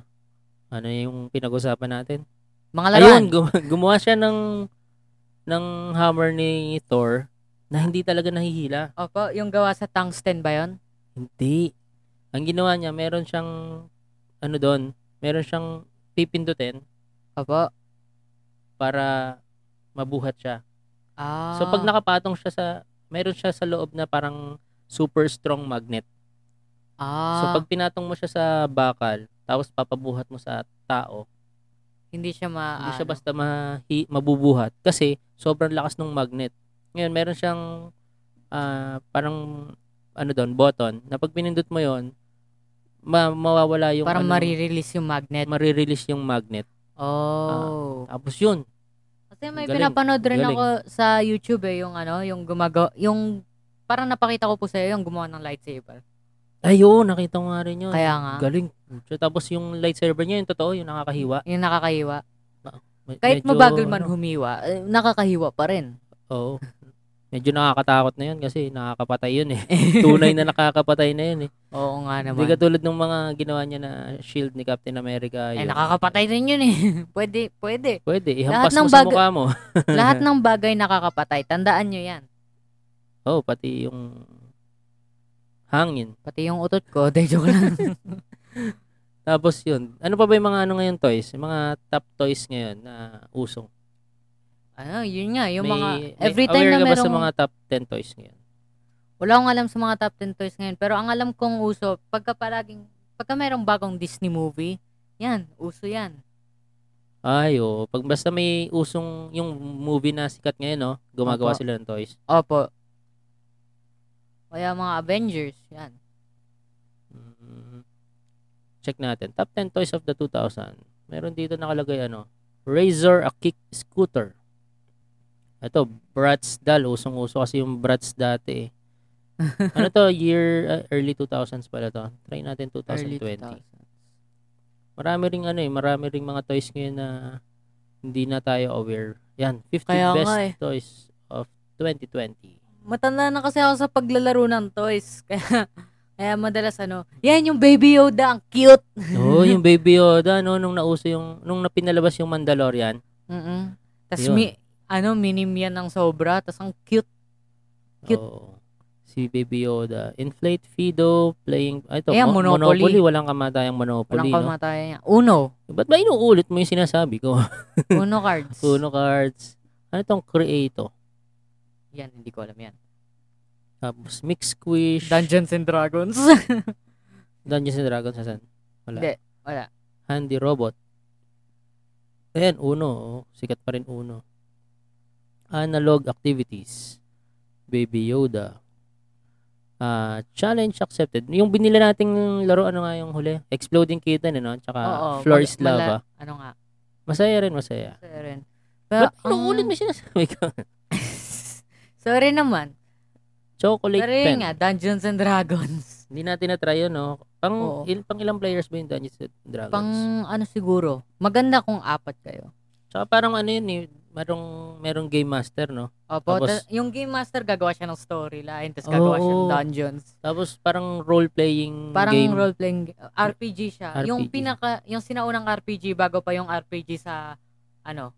Ano yung pinag-usapan natin?
Mga laruan.
Ayun, gum- gumawa siya ng ng hammer ni Thor na hindi talaga nahihila.
Opo, yung gawa sa tungsten ba yun?
Hindi. Ang ginawa niya, meron siyang, ano doon, meron siyang pipindutin
Opo.
para mabuhat siya.
Ah.
So, pag nakapatong siya sa, meron siya sa loob na parang super strong magnet. So,
ah,
pag pinatong mo siya sa bakal, tapos papabuhat mo sa tao,
hindi siya ma...
hindi siya
ano.
basta mahi, mabubuhat kasi sobrang lakas ng magnet. Ngayon, meron siyang ah, parang ano doon, button na pag pinindot mo yon ma- mawawala yung
Parang
ano,
marirelease yung magnet.
marirelease yung magnet.
Oh.
Tapos yun.
Kasi may
Ah. galing,
pinapanood rin
galing.
ako sa YouTube eh, yung ano, yung gumagawa, yung parang napakita ko po sa'yo yung gumawa ng lightsaber.
Ay, oo, nakita ko nga rin yun.
Kaya nga,
Galing. So, tapos yung lightsaber niya, yung totoo, yung nakakahiwa.
yung nakakahiwa.
Me-
Kahit
medyo,
mabagal man
ano,
humiwa, eh, nakakahiwa pa rin.
Oo. Medyo nakakatakot na yun kasi nakakapatay yun eh. (laughs) Tunay na nakakapatay na yun eh.
Oo nga
Hindi
naman.
katulad ng mga ginawa niya na shield ni Captain America.
eh,
yun.
nakakapatay rin yun eh. (laughs) pwede,
(laughs)
pwede.
Pwede, ihampas
Lahat ng
mo sa
baga-
mukha mo. (laughs)
Lahat ng bagay nakakapatay. Tandaan nyo yan.
Oo, pati yung hangin.
Pati yung utot ko. (laughs) De, joke lang.
(laughs) Tapos yun. Ano pa ba yung mga ano ngayon toys? Yung mga top toys ngayon na usong.
ano, yun nga. Yung
May-
mga,
may
every time
aware
na
ka ba
merong,
sa mga top 10 toys ngayon?
wala akong alam sa mga top 10 toys ngayon. Pero ang alam kong uso, pagka palaging, pagka merong bagong Disney movie, yan, uso yan.
Ay, oo. Pag basta may usong yung movie na sikat ngayon, no? Gumagawa
Opo.
sila ng toys.
Opo. Kaya mga Avengers, yan.
Mm. Check natin. Top 10 toys of the 2000. Meron dito nakalagay ano, Razor a kick scooter. Ito, Bratz Dal. Usong-uso kasi yung Bratz dati.
(laughs)
eh. ano to? Year, uh, early 2000s pala to. Try natin 2020.
Early 2000.
Marami ring ano eh, marami ring mga toys ngayon na hindi na tayo aware. Yan, 50
Kaya nga
best
eh.
toys of 2020.
Matanda na kasi ako sa paglalaro ng toys. (laughs) Kaya, kaya madalas ano, yan yung Baby Yoda, ang cute.
Oo, yung Baby Yoda, no, nung nauso yung, nung napinalabas yung Mandalorian.
(laughs) Mm-mm. Tas
Yun.
mi, ano, minim yan ng sobra. Tas ang cute. Cute.
Oo. si Baby Yoda. Inflate, Fido, playing, ah, ito,
Ayan,
mo-
Monopoly.
Monopoly. Walang kamatayang Monopoly,
Walang
no?
kamatayan niya. (laughs) Uno.
Ba't ba inuulit mo yung sinasabi ko? (laughs)
Uno cards.
Uno cards. Ano tong Creato?
Yan, hindi ko alam yan.
Tapos Mix Squish.
Dungeons and Dragons. (laughs)
Dungeons and Dragons, asan? Wala.
Hindi, wala.
Handy Robot. Ayan, Uno. oh. Sikat pa rin Uno. Analog Activities. Baby Yoda. Ah, challenge accepted. Yung binili nating laro, ano nga yung huli? Exploding Kitten, ano? Tsaka
Oo,
Floor
wala-
is Lava.
Ano nga.
Masaya rin, masaya.
Kasi rin.
Ba't
Pero,
ilang
ang- (laughs)
ulit may sinasabi ka?
Sorry naman.
(laughs) Chocolate
Pero
pen.
yun nga, Dungeons and Dragons.
Hindi natin na-try yun, no? Pang,
Oo.
il, pang ilang players ba yung Dungeons and Dragons?
Pang ano siguro. Maganda kung apat kayo.
Tsaka parang ano yun, eh, merong, merong game master, no?
Opo,
Tapos-
ta- yung Game Master gagawa siya ng storyline, tapos gagawa siya ng
Oo.
dungeons.
Tapos parang role-playing
Parang
game.
role-playing ga- RPG siya. Yung
RPG.
pinaka yung sinaunang RPG bago pa yung RPG sa ano,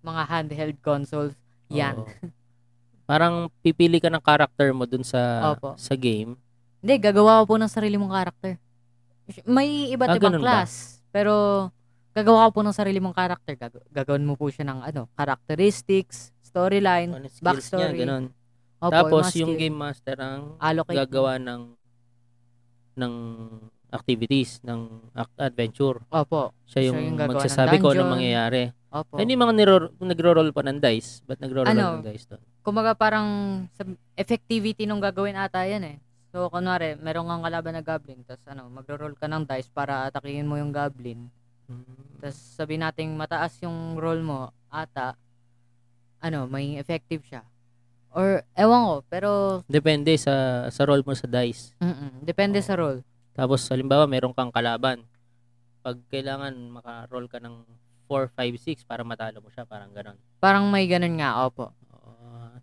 mga handheld consoles.
Oo.
Yan.
(laughs) parang pipili ka ng character mo dun sa
Opo.
sa game.
Hindi, gagawa ko po ng sarili mong character. May iba't
Ah, ganun
ibang
ba?
class, pero gagawa ko po ng sarili mong character. Gag- gagawin mo po siya ng ano, characteristics, storyline,
Ano, skills
backstory.
Niya, ganun.
Opo,
Tapos
mga Ah,
yung
skill.
game master ang
allocate.
gagawa ng ng activities, ng ac- adventure.
Opo.
Siya
Siya
yung,
yung gagawa ng
magsasabi ko
dungeon.
anong mangyayari.
Opo.
Ano yung mga niro- nagro-roll pa ng dice? Ba't nagro-roll
Ano?
ng dice doon?
kumaga parang sa effectivity nung gagawin ata yan eh. So, kunwari, meron kang kalaban na goblin, tapos ano, magro-roll ka ng dice para atakihin mo yung goblin.
Hmm.
Tapos sabi nating mataas yung roll mo, ata, ano, may effective siya. Or, ewan ko, pero,
Depende sa sa roll mo sa dice.
mm depende
Oo.
sa roll.
Tapos halimbawa meron kang kalaban. Pag kailangan maka-roll ka ng 4, 5, 6 para matalo mo siya, parang ganon. Ah,
Parang may ganun nga, opo.
Oo.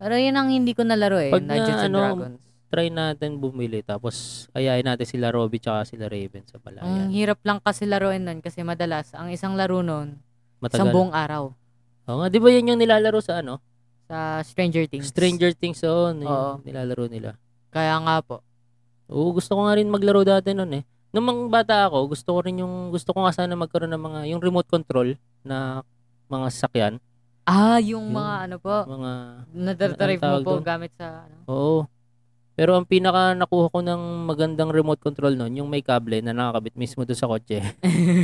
Pero yun ang hindi ko nalaro eh,
Pag na,
Dungeons and
ano,
Dragons.
try natin bumili tapos ayain natin sila Robby tsaka sila Raven sa
Ang
palayan.
hirap lang kasi laruin nun kasi madalas, ang isang laro nun, isang
Matagal.
buong araw
Oo nga, di ba yun yung nilalaro sa ano?
sa Stranger Things.
Stranger Things oo, yun
Oo.
yung nilalaro nila.
Kaya nga po.
Oo, gusto ko nga rin maglaro dati noon eh. Nung mga bata ako, gusto ko rin yung, gusto ko nga sana magkaroon ng mga, yung remote control na mga sasakyan.
Ah,
Yun.
yung mga ano po,
Mga, Ano
nadadrive mo
tawag
po
doon?
gamit sa ano. (laughs)
oo. Pero ang pinaka nakuha ko ng magandang remote control noon, yung may kable na nakakabit mismo doon sa kotse.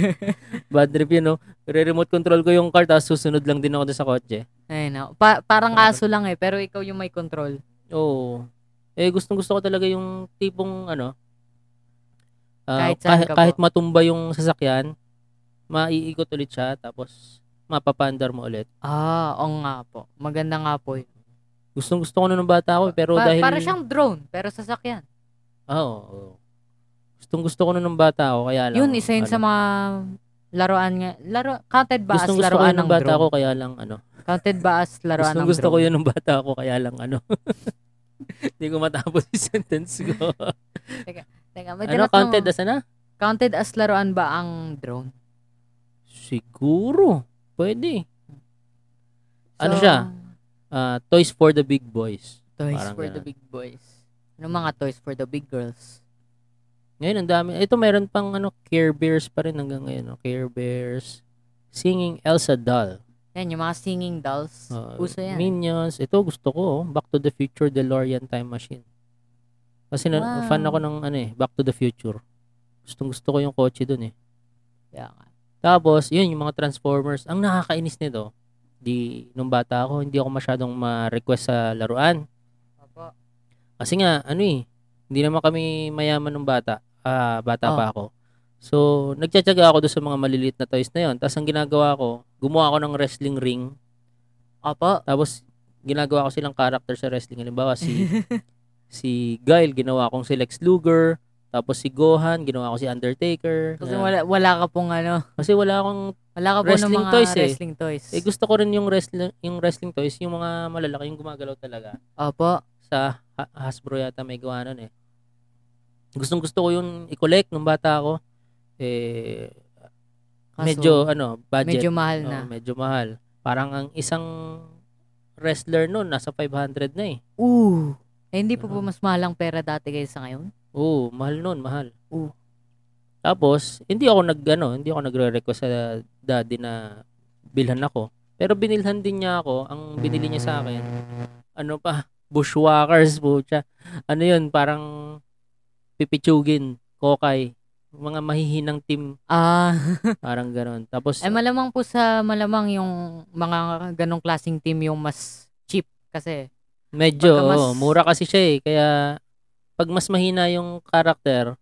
(laughs) Bad trip yun, no? Re-remote control ko yung car, tapos susunod lang din ako doon sa kotse.
Ay, no. Pa- parang
Parang-
aso lang eh, pero ikaw yung may control.
Oo. Eh, gustong gusto ko talaga yung tipong ano, ah,
Kahit saan
kahit,
ka
kahit matumba yung sasakyan, maiikot ulit siya, tapos mapapandar mo ulit.
Ah, oo nga po. Maganda nga po. yun.
Gustong gusto ko na nung bata ako, pero
Pa-
dahil...
Para siyang drone, pero sasakyan.
Oo. oo. Gustong gusto ko na nung bata ako, kaya lang...
Yun, isa yun sa
ano,
mga laruan nga. Laro, counted ba as
Gustong gusto ko
laruan
yun
ng
nung bata
drone?
ako, kaya lang ano.
Counted ba as laruan
Gustong
ng
gusto ko
drone?
yun nung bata ako, kaya lang ano. (laughs) Hindi ko matapos yung sentence ko.
Teka, may
ano,
tinatanong.
counted as na?
Counted as laruan ba ang drone?
Siguro. Pwede. Ano
So,
siya? Ah, toys for the big boys.
Toys
Parang
for the
ganun.
big boys. Ano mga toys for the big girls?
Ngayon, ang dami. Ito, meron pang ano, Care Bears pa rin hanggang ngayon. No? Care Bears. Singing Elsa Doll.
Yan, yung mga singing dolls.
Uh,
Uso yan.
Minions. Ito, gusto ko. oh. Back to the Future DeLorean Time Machine. Kasi na,
Wow.
fan ako ng ano eh, Back to the Future. Gustong gusto ko yung kotse dun eh.
Kaya nga.
Tapos, yun, yung mga Transformers. Ang nakakainis nito, di, nung bata ako, hindi ako masyadong ma-request sa laruan.
Opo.
Kasi nga, ano eh, hindi naman kami mayaman nung bata. Ah, bata
Oh.
pa ako. So, nagtsatsaga ako doon sa mga maliliit na toys na yon. Tapos ang ginagawa ko, gumawa ako ng wrestling ring.
Opo.
Tapos ginagawa ko silang character sa wrestling. Halimbawa
(laughs)
si si Guile ginawa kong si Lex Luger, tapos si Gohan ginawa ko si Undertaker. Ayan.
Kasi wala, wala ka pong ano,
kasi wala akong
wala ka po ng
Wrestling
mga
toys eh.
wrestling toys.
eh, gusto ko rin yung wrestling yung wrestling toys, yung mga malalaki yung gumagalaw talaga.
Opo.
sa Ha- Hasbro yata may gawa nun eh. Gustong gusto ko yun i-collect nung bata ako. Eh,
Kaso,
medyo ano, budget.
medyo mahal
Oo,
na.
medyo mahal. Parang ang isang wrestler nun, nasa 500 na eh.
Ooh. Eh, hindi po
Oo.
po mas mahal ang pera dati kaysa ngayon?
Oo, mahal nun, mahal.
Oo.
Tapos, hindi ako nag, ano, hindi ako nagre-request sa daddy na bilhan ako. Pero binilhan din niya ako. Ang binili niya sa akin, ano pa, (laughs) bushwhackers po siya. Ano yun, parang pipichugin, kokay, mga mahihinang
(laughs)
team,
Ah,
parang ganon. Tapos,
eh malamang po sa malamang yung mga ganong klasing team yung mas cheap kasi.
medyo,
pagka mas-
oo, mura kasi siya eh. Kaya, pag mas mahina yung karakter,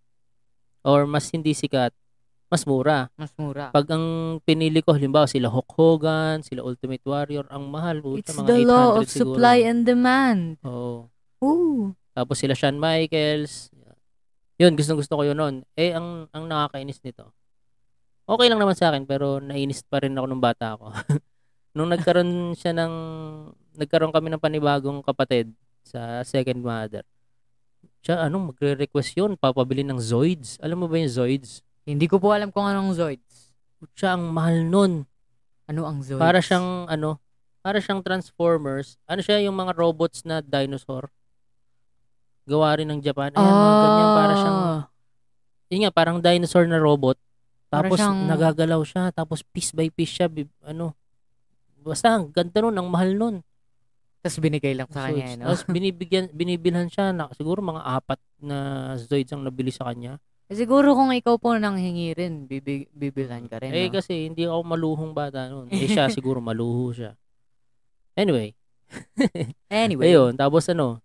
or mas hindi sikat, mas mura.
Mas mura.
Pag ang pinili ko, halimbawa sila Hulk Hogan, sila Ultimate Warrior, ang mahal. Puta,
It's
mga
the law
800
of
siguro.
supply and demand.
Oo.
Ooh.
Tapos sila Shawn Michaels. Yun, gustong gusto ko yun nun. Eh, ang, ang nakakainis nito. Okay lang naman sa akin, pero nainis pa rin ako nung bata ako. (laughs) nung nagkaroon siya ng, nagkaroon kami ng panibagong kapatid sa second mother. Siya, anong magre-request yun? Papabili ng Zoids. Alam mo ba yung Zoids?
Hindi ko po alam kung anong Zoids.
Siya, ang mahal nun.
Ano ang Zoids?
Para siyang, ano, para siyang Transformers. Ano siya, yung mga robots na dinosaur. Gawa rin ng Japan. Ayan, mga ganyan. Para siyang,
Ah.
yun nga, parang dinosaur na robot.
Para
Tapos
siyang-
nagagalaw siya, tapos piece by piece siya, bib- ano. Basta ang ganda nun, ang mahal nun.
Tapos binigay lang sa kanya,
Zoids.
eh, no? (laughs)
Tapos binibigyan, binibilhan siya, na, siguro mga apat na Zoids ang nabili sa kanya.
Eh, Siguro kung ikaw po nang hingi rin, bibig, bibilhan ka rin,
Eh
no?
kasi hindi ako maluhong bata nun. Eh siya siguro maluho siya. Anyway,
Anyway.
ayun, tapos ano,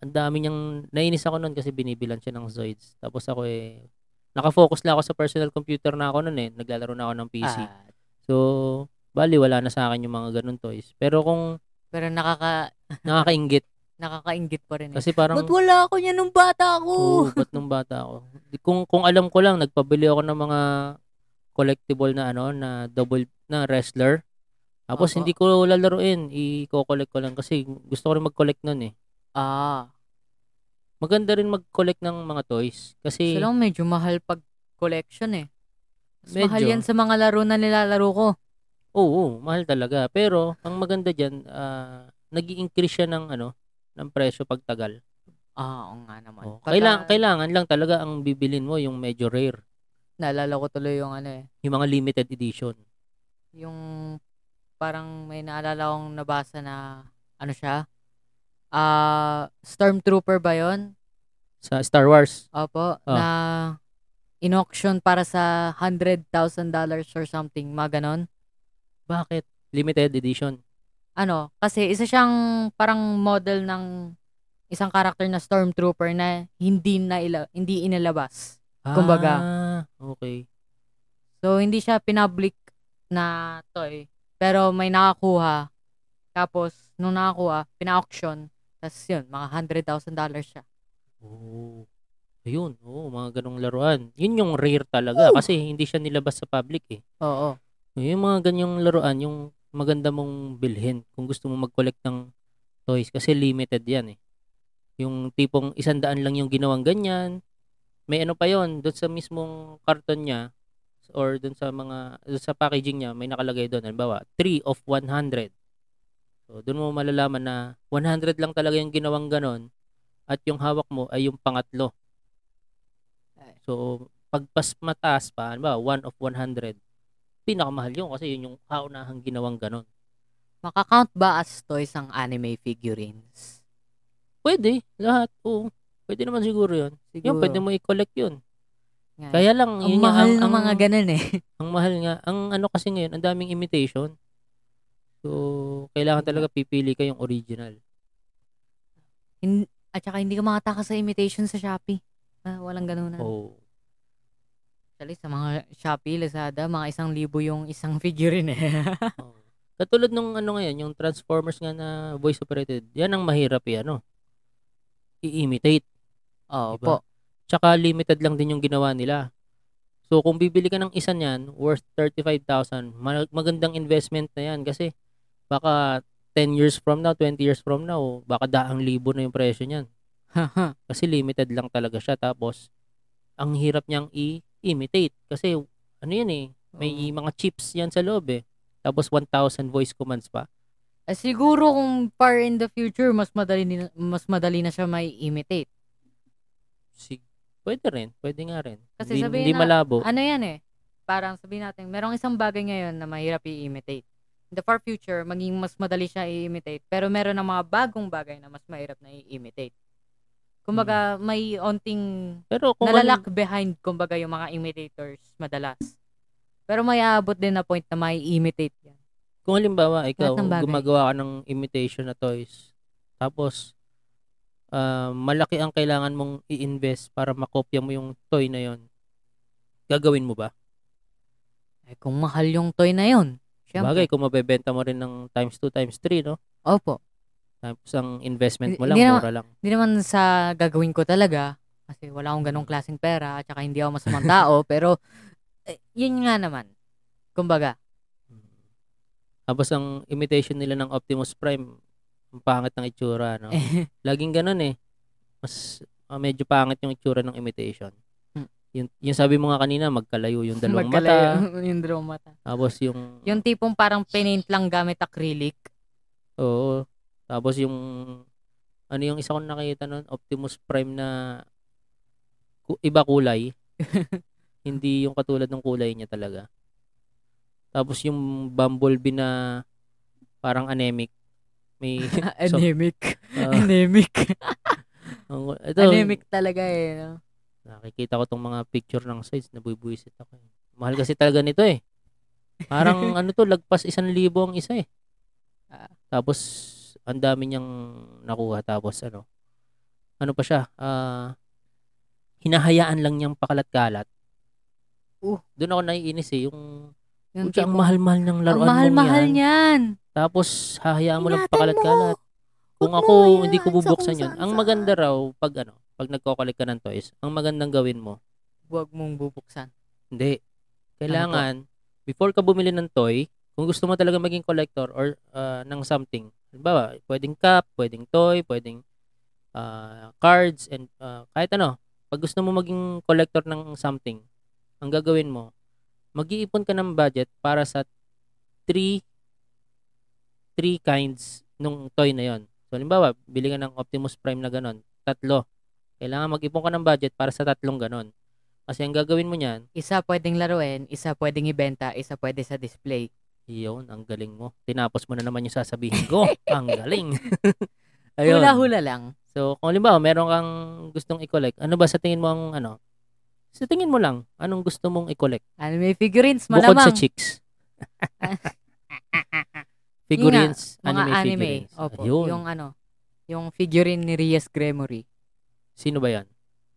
ang dami niyang, nainis ako nun kasi binibilan siya ng Zoids. Tapos ako eh, nakafocus na ako sa personal computer na ako nun eh. Naglalaro na ako ng PC.
Ah,
So, bali wala na sa akin yung mga ganun toys. Pero
(laughs)
kung
pero nakaka,
nakakaingit
nakakaingit pa rin. Eh.
kasi parang
Ba't wala ako niya nung bata ko?
oo, ba't nung bata ako. Kung kung alam ko lang nagpabili ako ng mga collectible na ano na double na wrestler. Tapos
Opo.
hindi ko lalaruin, i-collect ko lang kasi gusto ko rin mag-collect noon eh.
ah,
Maganda rin mag-collect ng mga toys kasi
so lang medyo mahal pag collection eh. Mas
Medyo.
mahal yan sa mga laro na nilalaro ko.
oo, mahal talaga. Pero ang maganda diyan, uh, nag-increase siya ng ano, ng presyo pagtagal.
Ah, oo nga naman.
Oh,
Pagka-
kailangan, kailangan lang talaga ang bibilin mo yung medyo rare.
Naalala ko tuloy yung ano eh.
yung mga limited edition.
Yung parang may naalala akong nabasa na ano siya? Ah, Stormtrooper ba yon?
Sa Star Wars,
Opo,
Ah.
na in-auction para sa $100,000 or something, mga ganon.
bakit? Limited edition.
ano, kasi isa siyang parang model ng isang karakter na stormtrooper na hindi na ila- hindi inilabas. Kumbaga.
Ah, okay.
So hindi siya pinablik na toy, pero may nakakuha. Tapos nung nakakuha, pina-auction. Tapos yun, mga $100,000 siya.
Oo. Oh. Ayun, oo, mga ganong laruan. Yun yung rare talaga
Woo!
kasi hindi siya nilabas sa public eh.
Oo.
Yung mga ganyang laruan, yung maganda mong bilhin kung gusto mo mag-collect ng toys kasi limited yan eh. Yung tipong isandaan lang yung ginawang ganyan. May ano pa yon doon sa mismong karton niya or doon sa mga doon sa packaging niya may nakalagay doon halimbawa 3 of 100. So doon mo malalaman na 100 lang talaga yung ginawang ganon at yung hawak mo ay yung pangatlo. So pag pas mataas pa, halimbawa 1 of 100, pinakamahal yun kasi yun yung kaunahang ginawang ganon.
Makakount ba as toys ang anime figurines?
Pwede, lahat. Oo. Pwede naman siguro yun. Yun,
Siguro.
pwede mo i-collect yun.
Nga.
Kaya lang,
ang
yun nga,
mahal
ang,
ng
ang-
mga ganun eh. (laughs)
Ang mahal nga. Ang ano kasi ngayon, ang daming imitation. So,
Diba?
kailangan talaga pipili ka yung original.
Hin- At saka hindi ka makataka sa imitation sa Shopee. Ah, walang ganunan.
Oo.
Actually, sa mga Shopee, Lazada, mga isang libo yung isang figurine eh. (laughs)
Oo. Katulad nung ano ngayon, yung Transformers nga na voice operated, yan ang mahirap i ano, i-imitate.
Oo
Diba? Tsaka limited lang din yung ginawa nila. So kung bibili ka ng isa niyan, worth 35,000, ma- magandang investment na yan kasi baka 10 years from now, 20 years from now, baka daang libo na yung presyo niyan.
po. (laughs)
Kasi limited lang talaga siya. Tapos, ang hirap niyang i-imitate. Kasi, ano yan eh, may
Mm.
mga chips yan sa loob eh. Tapos 1,000 voice commands pa.
Eh, siguro kung far in the future, mas madali, ni- mas madali na siya may imitate.
Sig- pwede rin, pwede nga rin.
Kasi
hindi,
sabihin
hindi
na-
malabo.
Ano yan eh? Parang sabihin natin, merong isang bagay ngayon na mahirap i-imitate. In the far future, maging mas madali siya i-imitate. Pero meron ng mga bagong bagay na mas mahirap na i-imitate. Kumbaga, may onting
Pero Hmm. kung ano-
nalalak behind kumbaga yung mga imitators madalas. Pero may aabot din na point na may imitate yan.
Kung halimbawa, ikaw,
ng bagay.
gumagawa ka ng imitation na toys, tapos, ah, malaki ang kailangan mong i-invest para makopya mo yung toy na yon gagawin mo ba?
Eh kung mahal yung toy na yun,
Bagay,
syempre.
kung mabebenta mo rin ng times 2, times 3, no?
Opo.
Tapos ang investment mo lang,
Hindi naman-
mura lang.
Hindi naman sa gagawin ko talaga kasi wala akong ganong klaseng pera at saka hindi ako masamang
(laughs)
tao pero eh, yun nga naman. Kumbaga,
Tapos ang imitation nila ng Optimus Prime, ang pangit ng itsura,
(laughs) Eh.
no? Laging ganun eh. Mas ah, medyo pangit yung itsura ng imitation.
Hmm.
Yung, yung sabi mo nga kanina, magkalayo yung dalawang
magkalayo
mata.
(laughs) yung dalawang mata.
Tapos yung...
Yung tipong parang pinaint lang gamit
(laughs)
acrylic. (laughs)
Oo. Tapos yung... Ano yung isa kong nakita nun? Optimus Prime na ku- iba kulay. Hindi yung katulad ng kulay niya talaga. Tapos yung Bumblebee na parang anemic. May...
anemic.
ah, (laughs)
anemic.
ang- ito,
anemic talaga eh. No?
Nakikita ko tong mga picture ng sides, nabubuisit ako. eh. Mahal kasi talaga nito eh.
(laughs)
Parang ano to, lagpas isang libo ang isa eh.
Ah.
Tapos, ang dami niyang nakuha. Tapos ano, ano pa siya, ah, hinahayaan lang niyang pakalat-kalat.
Oh.
Uh.
Doon ako naiinis eh, yung,
Yung
"Putya, ang
tipong,
mahal-mahal ng
ang
laruan mong
mahal-mahal
yan."
niyan.
Tapos, hahayaan mo lang
Ingatan
pakalat-kalat. Kung
Huwag
ako,
mo hayaan
hindi ko
sa
bubuksan
kung
yun. Ang
saan-saan.
maganda raw, pag ano, pag nagko-collect ka ng toys, ang magandang gawin mo,
Huwag mong bubuksan.
Hindi. Kailangan, before ka bumili ng toy, kung gusto mo talaga maging collector or ah, ng something, halimbawa, pwedeng cup, pwedeng toy, pwedeng ah, cards, and ah, kahit ano, pag gusto mo maging collector ng something, ang gagawin mo, mag-iipon ka ng budget para sa three three kinds nung toy na yon. So, halimbawa, bili ka ng Optimus Prime na ganon, tatlo. Kailangan mag-ipon ka ng budget para sa tatlong ganon. Kasi ang gagawin mo niyan,
Isa pwedeng laruin, isa pwedeng ibenta, isa pwede sa display.
Yun, ang galing mo. Tinapos mo na naman yung sasabihin
(laughs)
ko. ang galing. Ayun.
Hula-hula lang.
So, kung halimbawa, meron kang gustong i-collect, ano ba sa tingin mo ang ano? Sa tingin mo lang, anong gusto mong i-collect?
Ano may figurines
Bukod sa
malamang. Ah,
chicks. figurines,
mga
anime,
anime.
figurines.
Opo.
Ayun.
Yung ano, yung figurine ni Rias Gremory.
Sino ba
(laughs)
yan?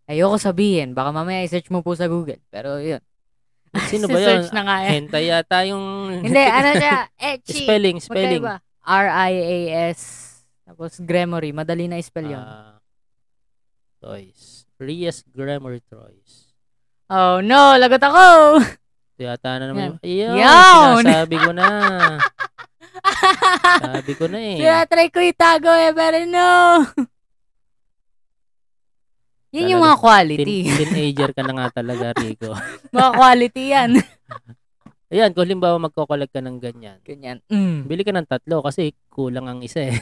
Ayoko sabihin, baka mamaya i-search mo po sa Google. Pero yun.
(laughs) Sino ba yun?
search na
(laughs)
nga yan.
Hentai yata yung... (laughs)
Hindi, ano siya? Echi.
spelling, spelling.
Magkaiba. R-I-A-S. Tapos Gremory. Madali na i-spell yun.
Ah, toys. Rias Grammar Toys.
oh no, lagot ako!
So, yata na naman. Yun,
Yun!
sinasabi ko na.
(laughs)
Sabi ko na eh.
Tinatry ko itago eh, pero no! (laughs) Yan yung
Talaga.
mga quality.
Tin- teenager ka na nga talaga, Rico.
(laughs) mga quality
(laughs)
yan.
Ayan, kung halimbawa magko-collect ka ng ganyan,
Ganyan. Mm.
bili ka ng tatlo kasi kulang ang isa eh. (laughs)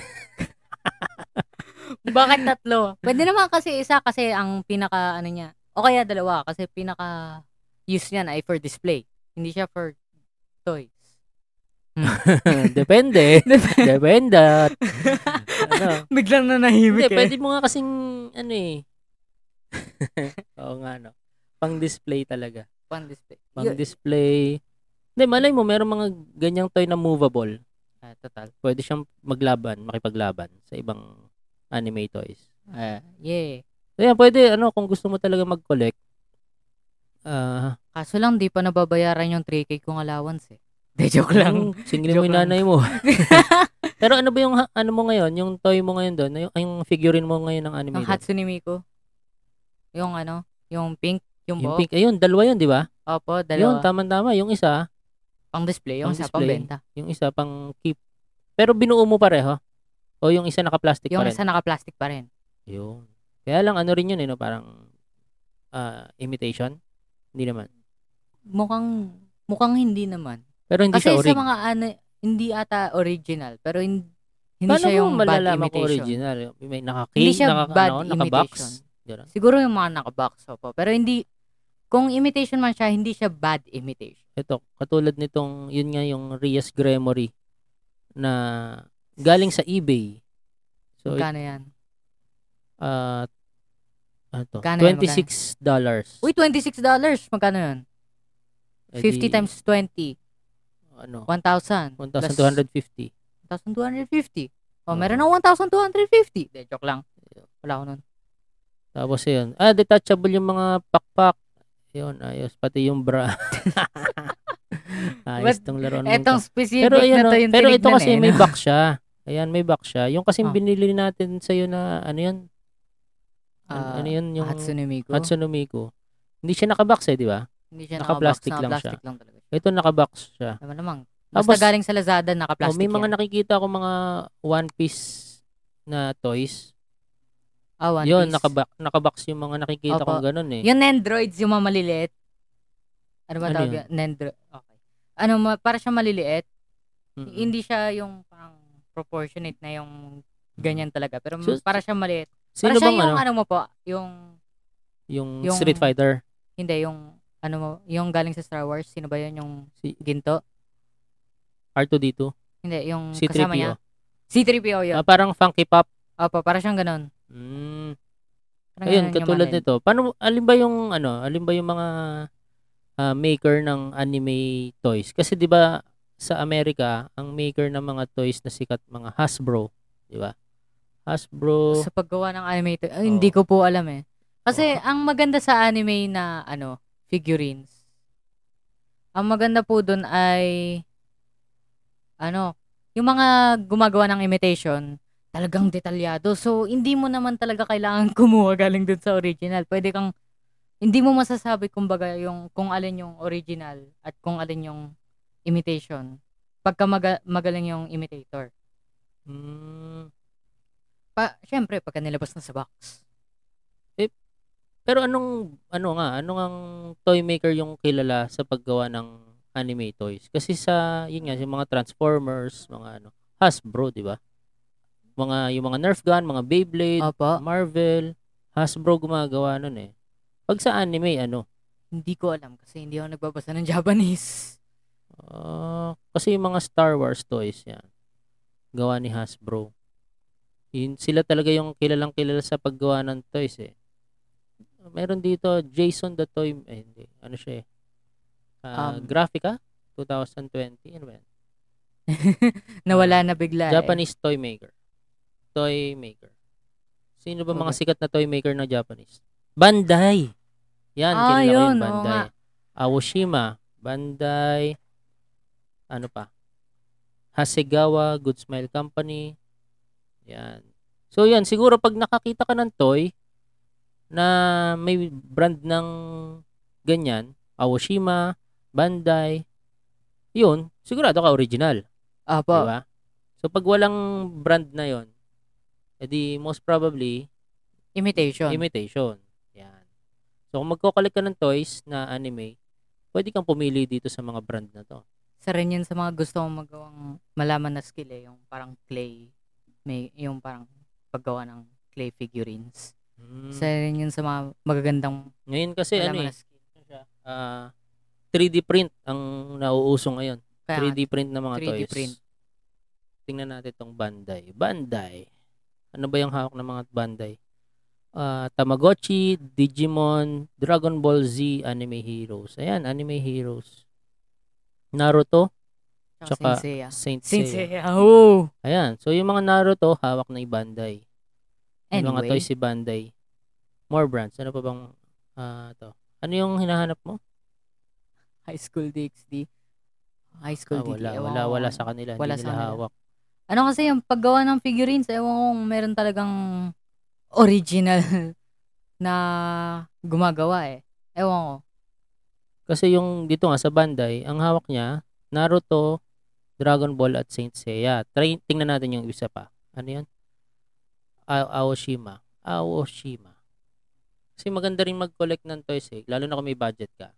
Bakit tatlo? Pwede naman kasi isa kasi ang pinaka ano niya. O kaya dalawa kasi pinaka use niyan ay for display. Hindi siya for toys.
Depende. Depende. ano?
Biglang na
Hindi,
nahimik
pwede mo nga kasing, ano eh. (laughs) Oo nga, no. Pang-display talaga.
Pang display.
Pang-display. Hindi, malay mo, meron mga ganyang toy na movable.
Ah, total.
Pwede siyang maglaban, makipaglaban sa ibang anime toys.
Ah, yeah.
Ayan, pwede, ano, kung gusto mo talaga mag-collect, ah,
(laughs) Kaso lang, di pa nababayaran yung 3K kong allowance eh. (laughs) De, joke lang.
Mm, Singilin mo
Joke
yung
lang.
nanay
(laughs)
mo. (laughs) Pero ano ba yung ha- ano mo ngayon, yung toy mo ngayon doon, yung, yung figurine mo ngayon ng anime?
Ang
doon?
Hatsune Miku. Yung ano, yung pink, yung,
Yung
buhok.
pink, ayun, dalawa yun, di ba?
Opo,
Yun,
dalawa.
tama-tama. Yung isa,
pang display, yung
pang
isa
display.
pang benta.
yung isa pang keep. Pero binuo mo pareho? O yung isa naka-plastic
Yung
pa rin?
isa naka-plastic pa rin.
Yun. Kaya lang, ano rin yun, eh, no? parang ah, imitation? Hindi naman.
Mukhang, mukhang hindi naman.
Pero hindi
Kasi
siya
sa
orig.
mga ano, hindi ata original, pero hin- hindi
Paano
siya
mo
yung bad
malalaman kung
imitation.
original? May
Hindi
naka-case,
siya
naka,
bad
ano, naka-box?
imitation.
Ganun.
Siguro yung mga naka-box opo. Pero hindi, kung imitation man siya, hindi siya bad imitation.
ito, katulad nitong, yun nga yung Rias Gremory na galing sa eBay. So, it-
Magkano yan?
ah ano to?
Magkano yan,
$26. dollars.
Uy, $26. Magkano yun?
Eh
50 times 20.
Ano?
1,000. plus
1,250.
1,250. O,
Oo.
Oh, meron ng 1,250. De, joke lang. Wala ko nun.
Tapos yun. Ah, detachable yung mga pakpak. Yun, ayos. Pati yung bra. (laughs) (laughs) Ayos tong laro ng
Etong specific
Pero ayan,
na to
oh,
yung
pero ito
tinignan
kasi
eh,
may
no?
back siya. Ayan, may back siya. Yung kasing
Ah.
binili natin sa na ano 'yun? An-
Ah,
ano 'yun yung
Hatsune Miku.
Hatsune Miku. Hindi siya nakabox eh, di ba?
Hindi siya naka-box,
naka-plastic lang siya.
naka-plastic lang talaga. siya.
Ito nakabox siya.
Naman naman. Ano Basta
Tapos
galing sa Lazada,
Ah, oh,
naka-plastic
may mga
yan.
nakikita ako mga One Piece na toys.
Ah, One
Yun,
Piece.
nakabox, nakabox yung mga nakikita
Opo.
kong ganun eh.
Yung Nendroids, yung mga maliliit. Ano ba
Ano
tawag
yun?
yun? Nendro- Okay. Ano, ma- para siya maliliit.
Mm-mm.
Hindi siya yung parang proportionate na yung ganyan talaga. Pero
So,
para siya maliit.
Sino
para siya
bang
yung
ano?
ano mo po, yung
Yung,
yung-
Street Fighter.
Hindi, yung ano mo, yung galing sa Star Wars, sino ba yun? Yung
Si-
ginto?
R2D2.
Hindi, yung kasama niya.
C3PO.
C-3PO yun.
Ah, parang funky pop.
Opo, para siyang ganun.
Mm.
Parang
Ah. Ayun,
ganun yung
katulad
ano yun.
nito. Paano, alin ba yung, ano, alin ba yung mga ah, maker ng anime toys? Kasi di ba sa Amerika, ang maker ng mga toys na sikat, mga Hasbro, di ba? Hasbro,
Sa paggawa ng anime, to,
Oo.
ay, hindi ko po alam eh.
Oo.
Kasi ang maganda sa anime na ano, figurines. Ang maganda po dun ay ano, yung mga gumagawa ng imitation, talagang detalyado. So, hindi mo naman talaga kailangan (laughs) kumuha galing dun sa original. Pwede kang, hindi mo masasabi kumbaga yung, kung alin yung original at kung alin yung imitation. Pagka maga- magaling yung imitator.
mm,
Pa, syempre, pagka nilabas na sa box.
Eh, pero anong, ano nga, anong ang toy maker yung kilala sa paggawa ng anime toys? Kasi sa, yun nga, yung mga Transformers, mga ano, Hasbro, di ba? Mga, yung mga Nerf gun, mga Beyblade,
Opo.
Marvel, Hasbro gumagawa nun eh. Pag sa anime, ano?
Hindi ko alam kasi hindi ako nagbabasa ng Japanese. (laughs)
ah, kasi yung mga Star Wars toys yan. Gawa ni Hasbro. Yun, sila talaga yung kilalang kilala sa paggawa ng toys eh. Meron dito, Jason the Toy... Eh, hindi. Ano siya eh? Ah,
Um,
Graphica? 2020? Ano ba yan?
Nawala na bigla. eh.
Hmm. Japanese toy maker. Toy maker. Sino ba mga
Okay.
sikat na toy maker na Japanese? Bandai. Yan,
Ah,
kilala ko yung
yun, oo
Bandai.
nga.
Aoshima, Bandai, ano pa? Hasegawa, Good Smile Company. Yan. So yan, siguro pag nakakita ka ng toy na may brand ng ganyan, Aoshima, Bandai, yun, sigurado ka original.
Opo.
Diba? So, pag walang brand na yon edi most probably,
Imitation.
imitation. Yan. So, kung magko-collect ka ng toys na anime, pwede kang pumili dito sa mga brand na to.
Isa rin yun sa mga gusto kong magawang malaman na skill eh. Yung parang clay. May, yung parang paggawa ng clay figurines. Isa rin yun sa mga magagandang
Ngayon Hmm. kasi, ano
malaman
eh,
na skill.
ah, 3D print ang nauuso ngayon.
Kaya,
3D print ng mga
3D
toys.
print.
Tingnan natin tong Bandai. Bandai. Ano ba yung hawak ng mga Bandai? Ah, Tamagotchi, Digimon, Dragon Ball Z, Anime Heroes. Ayan, Anime Heroes. Naruto, tsaka
Saint Seiya.
Saint
Saint
Seiya.
Seiya, oo.
Ayan. So, yung mga Naruto, hawak na yung Bandai. Yung mga
Anyway,
toys si Bandai. More brands. Ano pa bang ah to? Ano yung hinahanap mo?
high school DxD. High
Ah,
school DxD.
wala,
ewan
wala,
ko
wala
kung
sa kanila.
Wala
Hindi
sa
nila
kanila.
hawak.
Ano kasi yung paggawa ng figurines, ewan ko kung meron talagang original (laughs) na gumagawa eh. Ewan ko.
Kasi yung dito nga sa Bandai, ang hawak niya, Naruto, Dragon Ball at Saint Seiya. Try, tingnan natin yung isa pa. Ano yun? A- Aoshima. Aoshima. Kasi maganda rin mag-collect ng toys eh, lalo na kung may budget
(laughs)
ka.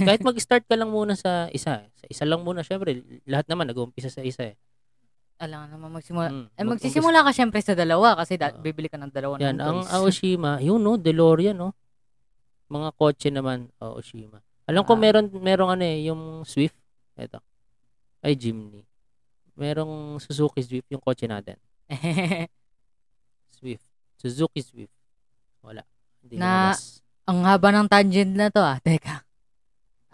Kahit mag-start ka lang muna sa isa. eh. Sa isa lang muna, syempre, lahat naman nag-uumpisa sa isa eh.
Alam naman magsimula.
Mm,
Eh,
mag-
magsisimula ka syempre sa dalawa kasi da-
Oo.
bibili ka ng dalawa
Yan,
ng
ang
toys.
Aoshima, yun no, DeLorean no. Mga kotse naman, Aoshima. Alam ko
Ah.
meron merong ano eh, yung Swift. Ito. Ay, Jimny. Merong Suzuki Swift yung kotse natin. Swift. Suzuki Swift. Wala. Hindi
Na-
lumabas.
(laughs) ang haba ng tangent na to ah. Teka.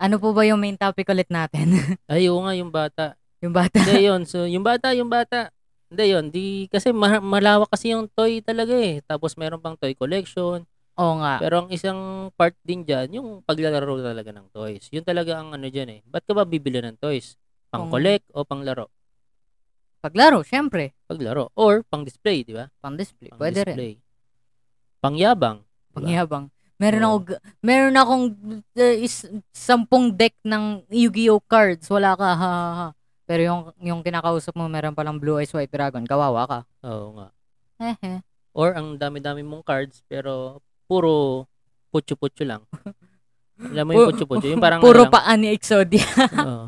Ano po ba yung main topic ulit natin? (laughs)
Ay, oo nga, yung bata.
yung bata. (laughs)
Hindi, yun. So, yung bata, yung bata. Hindi, yun. Di, kasi ma- malawak kasi yung toy talaga eh. Tapos meron pang toy collection.
Oo nga.
Pero ang isang part din dyan, yung paglalaro talaga ng toys. Yun talaga ang ano dyan eh. Ba't ka ba bibili ng toys? Pang
Pang-
collect o pang laro?
Paglaro, syempre.
Paglaro. Or pang display, di ba?
Pang display.
Pang
Pwede rin.
display. Pangyabang.
Pangyabang. Meron
Oo.
ako, g- meron akong uh, is, sampung deck ng Yu-Gi-Oh cards. Wala ka, ha, ha, ha. Pero yung, yung kinakausap mo, meron palang Blue Eyes White Dragon. Kawawa ka.
Oo nga.
Hehe.
Or ang dami-dami mong cards pero puro putyo-putyo
(laughs)
lang. Alam mo yung
Pu-
putyo-putyo? Yung parang ano
Puro
lang,
paan ni
(laughs)
Exodia.
oo.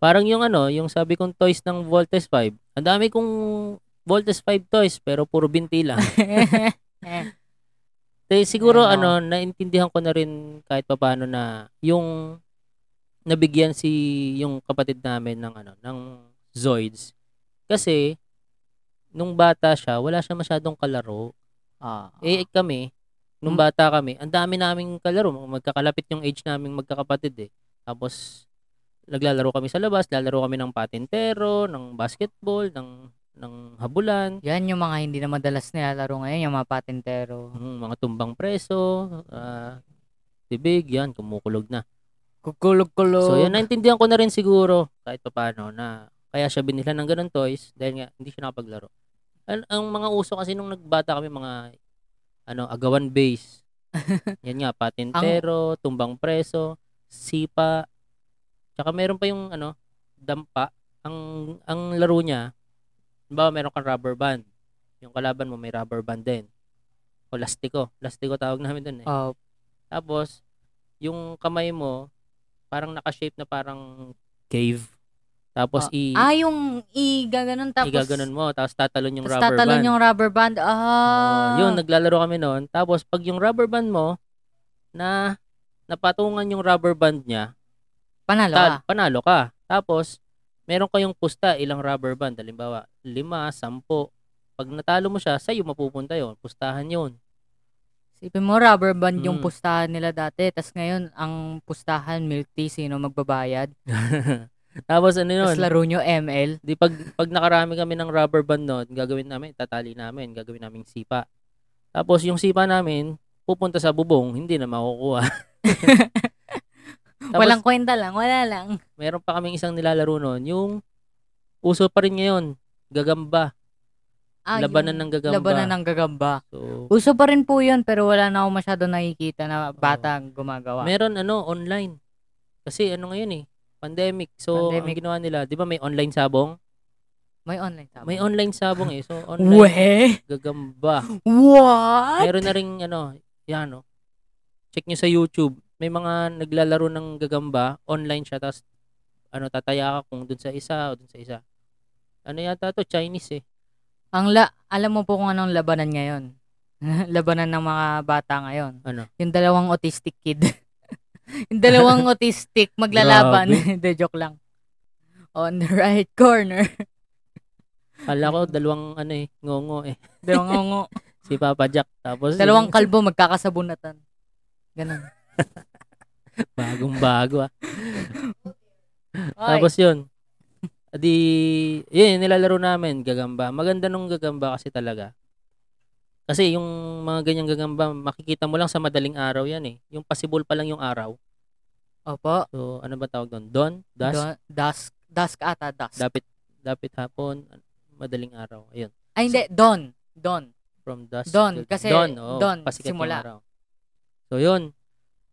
Parang yung ano, yung sabi kong toys ng Voltes 5. Ang dami kong Voltes 5 toys pero puro binti lang.
Eh.
Kaya siguro
Ayun,
ano, naintindihan ko na rin kahit papaano na yung nabigyan si yung kapatid namin ng ano, ng Zoids. Kasi nung bata siya, wala siya masyadong kalaro.
Ah.
Eh kami, nung
Hmm.
bata kami, ang dami naming kalaro. Magkakalapit yung age naming magkakapatid eh. Tapos naglalaro kami sa labas, lalaro kami ng patintero, ng basketball, ng ng habulan,
Yan yung mga hindi na madalas nilalaro ngayon, yung mga patintero.
ng mga tumbang preso, ah, tibig, yan, kumukulog na.
Kukulog-kulog.
So, yun, naintindihan ko na rin siguro kahit paano na kaya siya binila ng ganun toys dahil nga hindi siya nakapaglaro. Ang, ang mga uso kasi nung nagbata kami, mga ano, agawan base. Yan nga, patintero, tumbang preso, sipa, tsaka meron pa yung ano, dampa. Ang, ang laro niya, ba meron kang rubber band. Yung kalaban mo may rubber band din. O lastiko. Lastiko tawag namin dun eh.
Ah,
Tapos, yung kamay mo, parang naka-shape na parang cave. Tapos, i-
ah, yung igaganon tapos
igaganon mo. Tapos, tatalon yung
tapos
rubber
tatalon
band.
yung rubber band. Ah.
Oo, yun, naglalaro kami noon. Tapos, pag yung rubber band mo, na napatungan yung rubber band niya,
Panalo ka.
tal- panalo ka. Tapos, meron kayong pusta, ilang rubber band. Halimbawa, lima, sampo. Pag natalo mo siya, sa'yo mapupunta yon Pustahan yon
Isipin mo, rubber band yung
Mm.
pustahan nila dati. Tapos ngayon, ang pustahan, milk tea, sino magbabayad.
(laughs) Tapos, ano yun?
Tapos laro nyo ML.
Di pag pag nakarami kami ng rubber band noon, gagawin namin, tatali namin, gagawin naming sipa. Tapos yung sipa namin pupunta sa bubong, hindi na
(laughs)
makukuha. Tapos,
Walang kwenta lang, wala lang.
meron pa kaming isang nilalaro noon, yung uso pa rin ngayon, gagamba,
Ah,
labanan
yun.
ng gagamba.
Labanan ng gagamba.
So,
Uso pa rin po yun, pero wala na ako masyado nakikita na bata ang gumagawa.
meron ano, online. Kasi ano ngayon eh, pandemic. So, ang
Pandemic.
ginawa nila, 'di ba may online sabong?
May online tama.
May online sabong eh. So,
(laughs)
online
Weh!
gagamba.
What?
Meron na rin ano, yan no. Check nyo sa YouTube. May mga naglalaro ng gagamba, online siya, tapos ano, tataya ka kung dun sa isa o dun sa isa. Ano yata to? Chinese eh.
Ang la- alam mo po kung anong labanan ngayon? (laughs) labanan ng mga bata ngayon.
Ano?
Yung dalawang autistic kid. (laughs) yung dalawang
(laughs)
autistic maglalaban. (laughs) De joke lang. On the right
(laughs)
corner.
Kala ko dalawang ano eh, ngongo eh. (laughs)
Dalawang ngongo.
Si Papa Jack. Tapos
(laughs) Dalawang kalbo magkakasabunatan. Ganun.
(laughs) bagong bago ah.
Oy,
(laughs) Tapos yun. (laughs) Di, yun, nilalaro namin, gagamba. Maganda nung gagamba kasi talaga. Kasi yung mga ganyang gagamba, makikita mo lang sa madaling araw yan eh. Yung possible pa lang yung araw.
opo.
So, ano ba tawag doon? Dawn? Dusk?
Dusk. Dusk. Dusk ata. Dusk.
Dapit, dapit hapon, madaling araw. Ayun.
Ay, hindi. Dawn. Dawn.
From dusk.
Dawn,
till
kasi
dawn, oo,
dawn,
pasikat yung
simula.
araw. So, yun.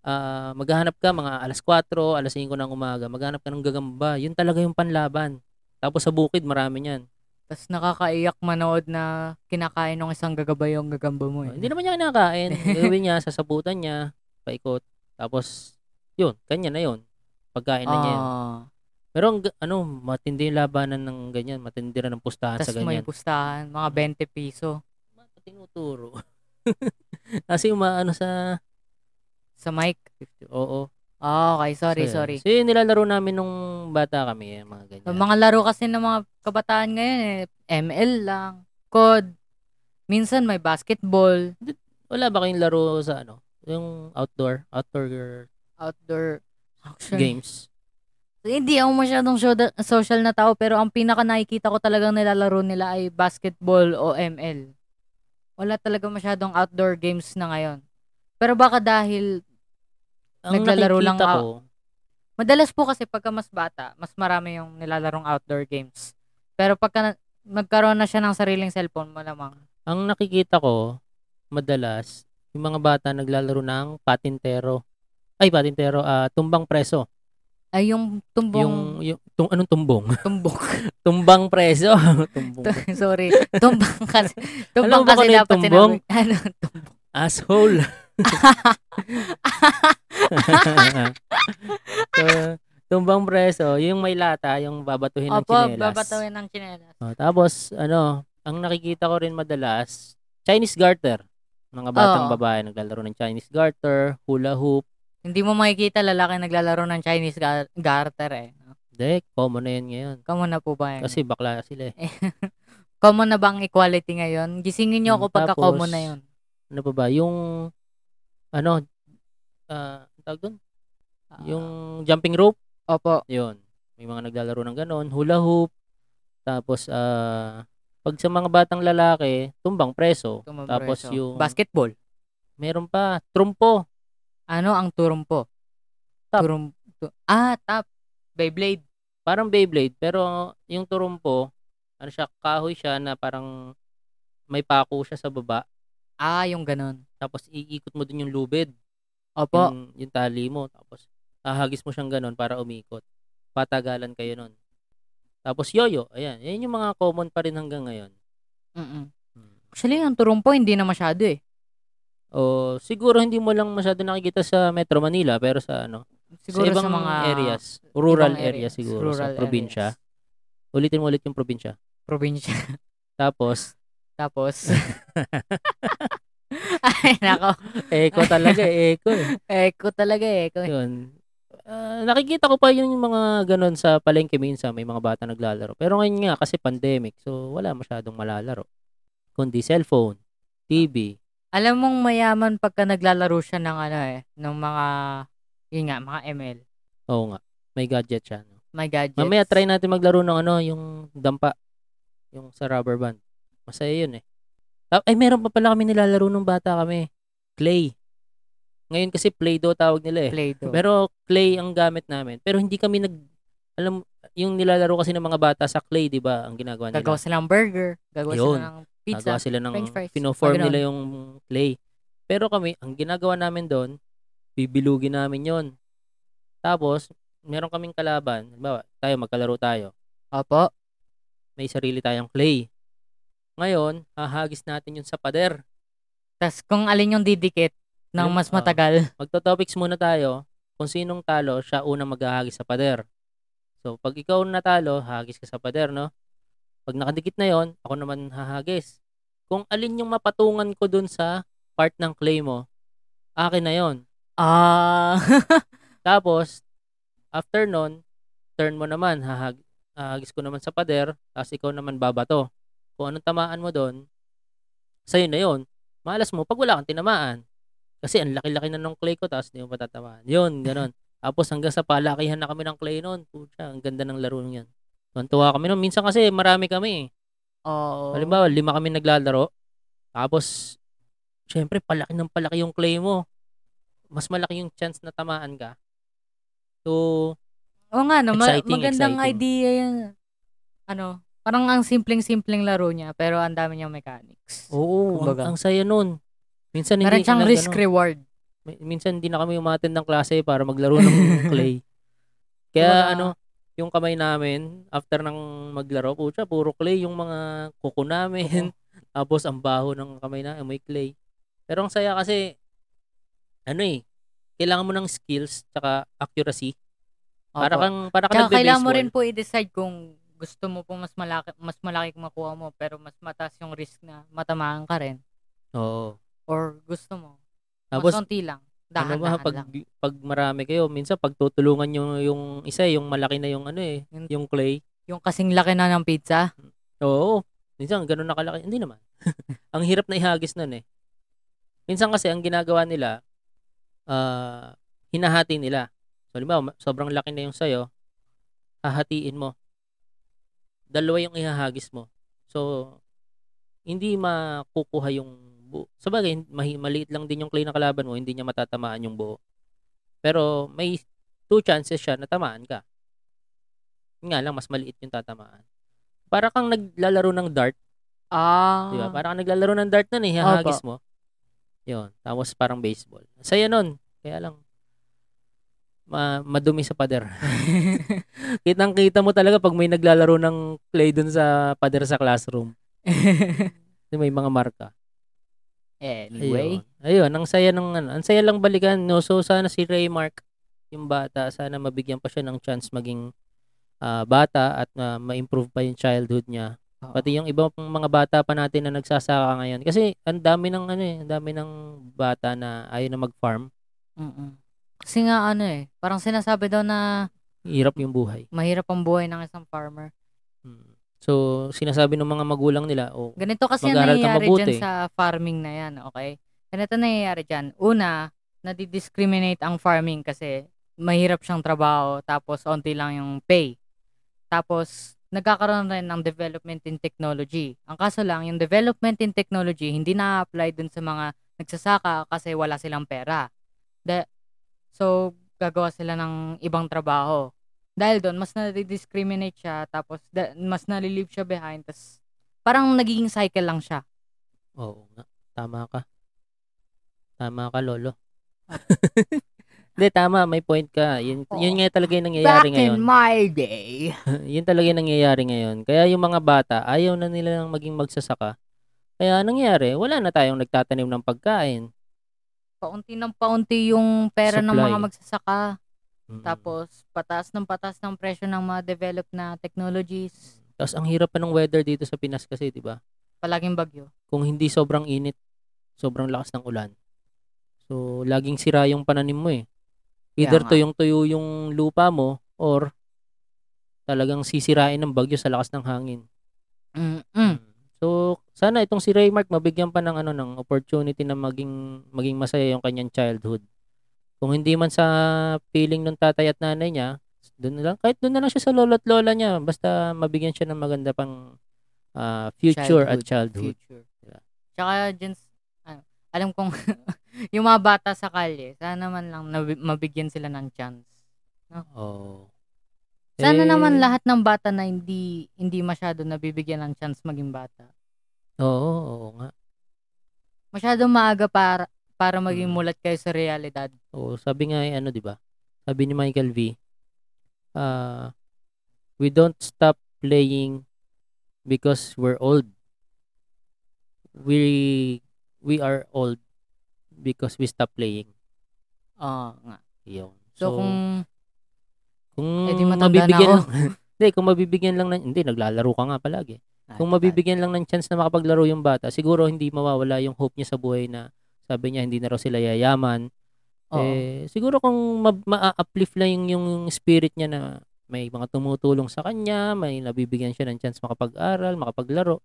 Ah, maghahanap ka mga alas 4, alas 5 ng umaga. Maghahanap ka ng gagamba. Yun talaga yung panlaban. Tapos sa bukid, marami niyan.
Tapos nakakaiyak manood na kinakain ng isang gagabay yung gagamba mo.
Oh,
Eh.
hindi naman niya kinakain. Gagawin niya, sasabutan niya, paikot. Tapos, yun, kanya na yun. Pagkain na niya yun.
Ah.
Pero, ang ga- ano, matindi yung labanan ng ganyan. Matindi na ng pustahan
Tapos
sa ganyan.
may pustahan, mga 20 piso.
Ma- tinuturo. (laughs) Kasi umaano sa
Sa mic.
50. Oo.
Ah, okay, sorry,
So, yun.
sorry.
So, yun, nilalaro namin nung bata kami, eh, mga ganyan.
Ang mga laro kasi ng mga kabataan ngayon eh, ML lang, COD, minsan may basketball,
Wala ba kayong laro sa ano? Yung outdoor, outdoor
outdoor action.
games.
Hindi ako masyadong shoda- social na tao pero ang pinaka nakikita ko talagang nilalaro nila ay basketball o ML. Wala talaga masyadong outdoor games na ngayon. Pero baka dahil
Ang
Naglalaro
nakikita
lang
ko,
Madalas po kasi pagka mas bata, mas marami yung nilalarong outdoor games. Pero pagka na- magkaroon na siya ng sariling cellphone, malamang.
Ang nakikita ko, madalas, yung mga bata naglalaro ng patintero. Ay, patintero, ah, tumbang preso.
Ay, yung tumbong,
Yung, yung tum, anong tumbong? (laughs)
(laughs) tumbok.
tumbang
(laughs)
preso. tumbong.
Sorry. Tumbang kasi.
Alam mo
Tumbang kasi
kung ano yung
dapat
tumbong?
sinabi. Ano?
(laughs) Asshole. (laughs) so, tumbang preso, yung may lata, yung babatuhin ng
(laughs) Opo,
tsinelas.
babatawin ng tsinelas.
Oh, tapos, ano, ang nakikita ko rin madalas, Chinese garter. Mga batang
Oo.
babae naglalaro ng Chinese garter, hula hoop,
Hindi mo makikita lalaki naglalaro ng Chinese gar- garter eh.
Dek, common na yan ngayon.
Common na po ba yun?
Kasi bakla sila eh.
(laughs) common na bang equality ngayon? Gisingin niyo ako
Mm,
pagka
tapos,
common na yun.
Ano pa ba? Yung, ano, ah, ang tawag dun?
Ah,
Yung jumping rope,
Opo.
yun. May mga naglalaro ng ganon, hula hoop, tapos, ah, pag sa mga batang lalaki, tumbang preso.
Tumambreso.
Tapos yung-
Basketball.
Meron pa, trumpo.
Ano ang turumpo?
Tap.
Turum... tu- ah, tap. Beyblade.
Parang Beyblade, pero yung trumpo, ano siya, kahoy siya na parang may pako siya sa baba.
Ah, yung ganun.
Tapos iikot mo dun yung lubid.
Opo.
yung, yung tali mo. Tapos, ahagis mo siyang ganun para umikot. Patagalan kayo nun. Tapos, yoyo. Ayan. Yan yung mga common pa rin hanggang ngayon.
Mm-mm. Actually, ang turumpo hindi na masyado eh.
O, siguro hindi mo lang masyado nakikita sa Metro Manila, pero sa ano, sa
Siguro
ibang
mga
areas, rural
ibang
area
areas,
siguro,
rural
sa probinsya.
areas.
Ulitin mo ulit yung probinsya.
Probinsya. (laughs)
Tapos, (laughs)
Tapos, ay, nako.
eko talaga, eko eh.
(laughs) Eko talaga eh. Eko.
Yun. Ah, nakikita ko pa yun yung mga ganun sa palengke minsan, may mga bata naglalaro. Pero ngayon nga, kasi pandemic, so wala masyadong malalaro. Kundi cellphone, TV.
Alam mong mayaman pagka naglalaro siya ng ano eh, ng mga, yun nga, mga ML.
Oo nga, may gadget siya. No?
May gadgets.
Mamaya try natin maglaro ng ano, yung dampa. Yung sa rubber band. Masaya yun eh. Ta- Ay, meron pa pala kami nilalaro nung bata kami. Clay. Ngayon kasi Play-Doh tawag nila eh.
Play doh.
Pero clay ang gamit namin. Pero hindi kami nag alam yung nilalaro kasi ng mga bata sa clay, 'di ba? Ang ginagawa nila.
Gagawa sila ng burger. Gagawa
Yun.
sila ng pizza.
Nagawa sila ng
french fries,
pinoform
mga
nila yung clay. Pero kami, ang ginagawa namin doon, bibilugin namin yon. Tapos, meron kaming kalaban. Halimbawa, tayo, magkalaro tayo.
Opo.
May sarili tayong clay. Ngayon, hahagis natin yun sa pader.
Tapos kung alin yung didikit ng
Yun, Ah.
mas
oo. (laughs)
matagal.
Magtotopics muna tayo. Kung sinong talo, siya unang maghahagis sa pader. So, pag ikaw natalo, hagis ka sa pader, no? Pag nakadikit na yon, ako naman hahagis. Kung alin yung mapatungan ko dun sa part ng clay mo, akin na yon.
Ah. (laughs)
Tapos, after nun, turn mo naman, hahag, hahagis ko naman sa pader, tapos ikaw naman babato. Kung anong tamaan mo doon, sa'yo na yun. Malas mo, pag wala kang tinamaan. Kasi ang laki-laki na nung clay ko, tapos hindi mo patatamaan. Yun, ganun. tapos hanggang sa palakihan na kami ng clay noon. Pucha, ang ganda ng laro niyan. Tuwa kami noon. Minsan kasi marami kami eh.
Oo.
Halimbawa, lima kami naglalaro. Tapos, syempre, palaki ng palaki yung clay mo. Mas malaki yung chance na tamaan ka. So,
Oo nga, no, ma-
Exciting,
magandang
exciting.
idea yan. Ano, parang ang simpleng-simpleng laro niya, pero ang dami niyang mechanics.
oo,
Kumbaga.
ang, ang saya nun. Minsan hindi
Parang siyang
na ganun.
risk-reward.
Mi- Minsan hindi na kami umattend ng klase para maglaro
(laughs)
ng clay. Kaya
Kumbaga-
ano, yung kamay namin, after ng maglaro, pucha, puro clay yung mga kuko namin. (laughs) Tapos ang baho ng kamay na, eh, may clay. Pero ang saya kasi, ano eh, kailangan mo ng skills tsaka accuracy. Para
Opo.
kang para kang
Tsaka kailangan mo rin
nagbe-baseball.
po i-decide kung gusto mo po mas malaki, mas malaki kung makuha mo, pero mas mataas yung risk na matamaan ka rin.
Oo.
Or gusto mo,
Tapos
mas konti lang.
ano
Dahan,
ba
dahan
pag
lang.
pag marami kayo, minsan pagtutulungan yung yung isa, yung malaki na yung ano eh,
Yung-
yung clay.
Yung kasing laki na ng pizza,
Oo. Minsan ganun nakalaki. Hindi naman. (laughs) ang hirap na ihagis nun eh. Minsan kasi ang ginagawa nila, ah, hinahati nila. So, halimbawa, ma- sobrang laki na yung sayo, hahatiin mo. Dalawa yung ihahagis mo. So, hindi makukuha yung buo. Sabagay, mahi- maliit lang din yung clay na kalaban mo, hindi niya matatamaan yung buo. Pero may two chances siya na tamaan ka. Yun nga lang, mas maliit yung tatamaan. Para kang naglalaro ng dart,
Ah.
di ba? Para kang naglalaro ng dart nun eh, hahagis mo. Yun, tapos parang baseball. Saya nun, kaya lang, ma madumi sa pader. (laughs) Kitang-kita mo talaga pag may naglalaro ng clay dun sa pader sa classroom. Yung May mga marka.
(laughs) anyway.
Ayun, Ayun, ang saya ng ano, ang saya lang balikan no. So sana si Ray Mark yung bata, sana mabigyan pa siya ng chance maging ah, bata at na ma-improve pa yung childhood niya.
Oo.
Pati yung iba pang mga bata pa natin na nagsasaka ngayon kasi ang dami ng ano eh, ang dami ng bata na ayaw na mag-farm.
Mm-mm. Kasi nga ano eh, parang sinasabi daw na
Hirap yung buhay.
mahirap ang buhay ng isang farmer.
Mm. So sinasabi ng mga magulang nila, oh,
Ganito kasi ang
Mag-aral ka
nangyayari
mabuti.
dyan sa farming na yan, okay? Ganito nangyayari dyan. Una, nadidiscriminate ang farming kasi mahirap siyang trabaho, tapos onti lang yung pay. Tapos, nagkakaroon rin ng development in technology. Ang kaso lang, yung development in technology, hindi na-apply dun sa mga nagsasaka kasi wala silang pera. Da- so, gagawa sila ng ibang trabaho. Dahil doon, mas nadidiscriminate siya, tapos da- mas nalilive siya behind, tapos parang nagiging cycle lang siya.
oo nga, tama ka. Tama ka, lolo. (laughs) Hindi, tama. May point ka. Yun, yun nga talaga yung nangyayari ngayon.
my day.
(laughs) yun talaga yung nangyayari ngayon. Kaya yung mga bata, ayaw na nila nang maging magsasaka. Kaya anong nangyari, wala na tayong nagtatanim ng pagkain.
Paunti ng paunti yung pera ng
Supply.
mga magsasaka.
Mm.
Tapos, pataas ng pataas ng presyo ng mga develop na technologies.
Tapos ang hirap pa ng weather dito sa Pinas kasi, di ba?
Palaging bagyo.
Kung hindi sobrang init, sobrang lakas ng ulan. So, laging sira yung pananim mo eh. Either
Kaya nga.
tuyong-tuyo yung lupa mo or talagang sisirain ng bagyo sa lakas ng hangin.
Mm-mm.
So, sana itong si Raymark mabigyan pa ng ano ng opportunity na maging maging masaya yung kanyang childhood. Kung hindi man sa feeling ng tatay at nanay niya, doon na lang kahit doon na lang siya sa lolo at lola niya basta mabigyan siya ng maganda pang ah, future at childhood.
Future.
Diba?
Tsaka, dyan, s- ano, alam kong (laughs) yung mga bata sa kalye, sana man lang nabi- mabigyan sila ng chance.
Oh.
Sana
Eh.
naman lahat ng bata na hindi hindi masyado nabibigyan ng chance maging bata.
Oo, oo nga.
Masyado maaga para para maging
Mm.
mulat kayo sa realidad.
Oo, sabi nga eh, ano 'di ba? Sabi ni Michael V, ah we don't stop playing because we're old. We we are old because we stop playing.
Oo nga.
Yun.
So, kung
kung
eh, di matanda na ako.
lang, (laughs) hindi, kung mabibigyan lang ng, hindi, naglalaro ka nga palagi. Kung mabibigyan lang ng chance na makapaglaro yung bata, siguro hindi mawawala yung hope niya sa buhay na sabi niya hindi na raw sila yayaman,
Oo.
Eh, siguro kung ma- ma-uplift lang yung, yung spirit niya na may mga tumutulong sa kanya, may nabibigyan siya ng chance makapag-aral, makapaglaro,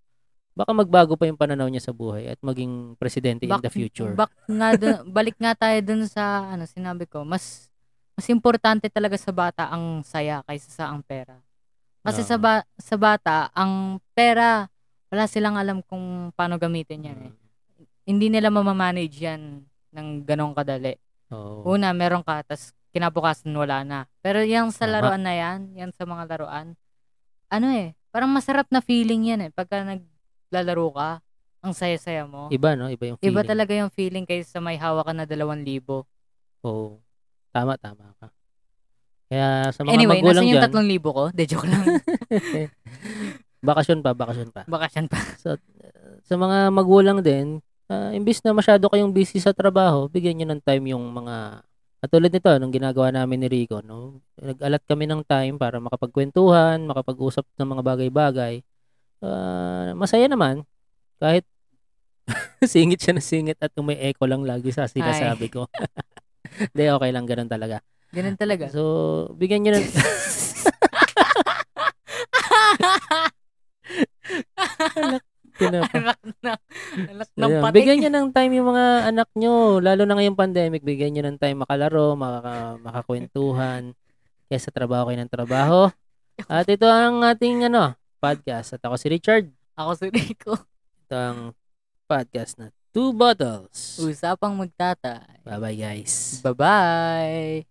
baka magbago pa yung pananaw niya sa buhay at maging presidente in
Back-
the future.
back nga dun- (laughs) balik nga tayo dun sa ano sinabi ko, mas mas importante talaga sa bata ang saya kaysa sa ang pera. Kasi sa ba- sa bata, ang pera wala silang alam kung paano gamitin yan
Mm.
eh. Hindi nila mamamanage yan ng ganong kadali.
Oo.
Una, meron ka, tas kinabukasan wala na. Pero yung sa
Tama.
laruan na yan, yan sa mga laruan, ano eh, parang masarap na feeling yan eh. Pagka naglalaro ka, ang saya-saya mo.
Iba, no? Iba yung feeling.
Iba talaga yung feeling kaysa sa may hawak ka na dalawang libo.
Oo. Tama, tama ka. Kaya sa mga
Anyway,
magulang
nasan yung
dyan,
tatlong libo ko? De, joke lang. (laughs)
bakasyon pa, bakasyon pa.
Bakasyan pa.
Sa mga magulang din, ah, imbis na masyado kayong busy sa trabaho, bigyan nyo ng time yung mga Katulad nito, nung ginagawa namin ni Rico, no? nag-alat kami ng time para makapagkwentuhan, makapag-usap ng mga bagay-bagay. Ah, masaya naman, kahit (laughs) singit siya na singit at umi-echo lang lagi sa sinasabi ko. (laughs) Hindi, okay lang, ganun talaga.
Ganun
(laughs)
talaga.
So, bigyan nyo ng...
(laughs)
Tinapa.
Alak na. Alak ng
Ayun,
patik.
Bigyan nyo ng time yung mga anak nyo. Lalo na ngayong pandemic, bigyan nyo ng time makalaro, makaka, makakwentuhan. Kaya sa trabaho kayo ng trabaho. At ito ang ating ano, podcast. At ako si Richard.
Ako si Rico.
Ito ang podcast na Two Bottles.
Usapang magtatay.
Bye-bye guys.
Bye-bye.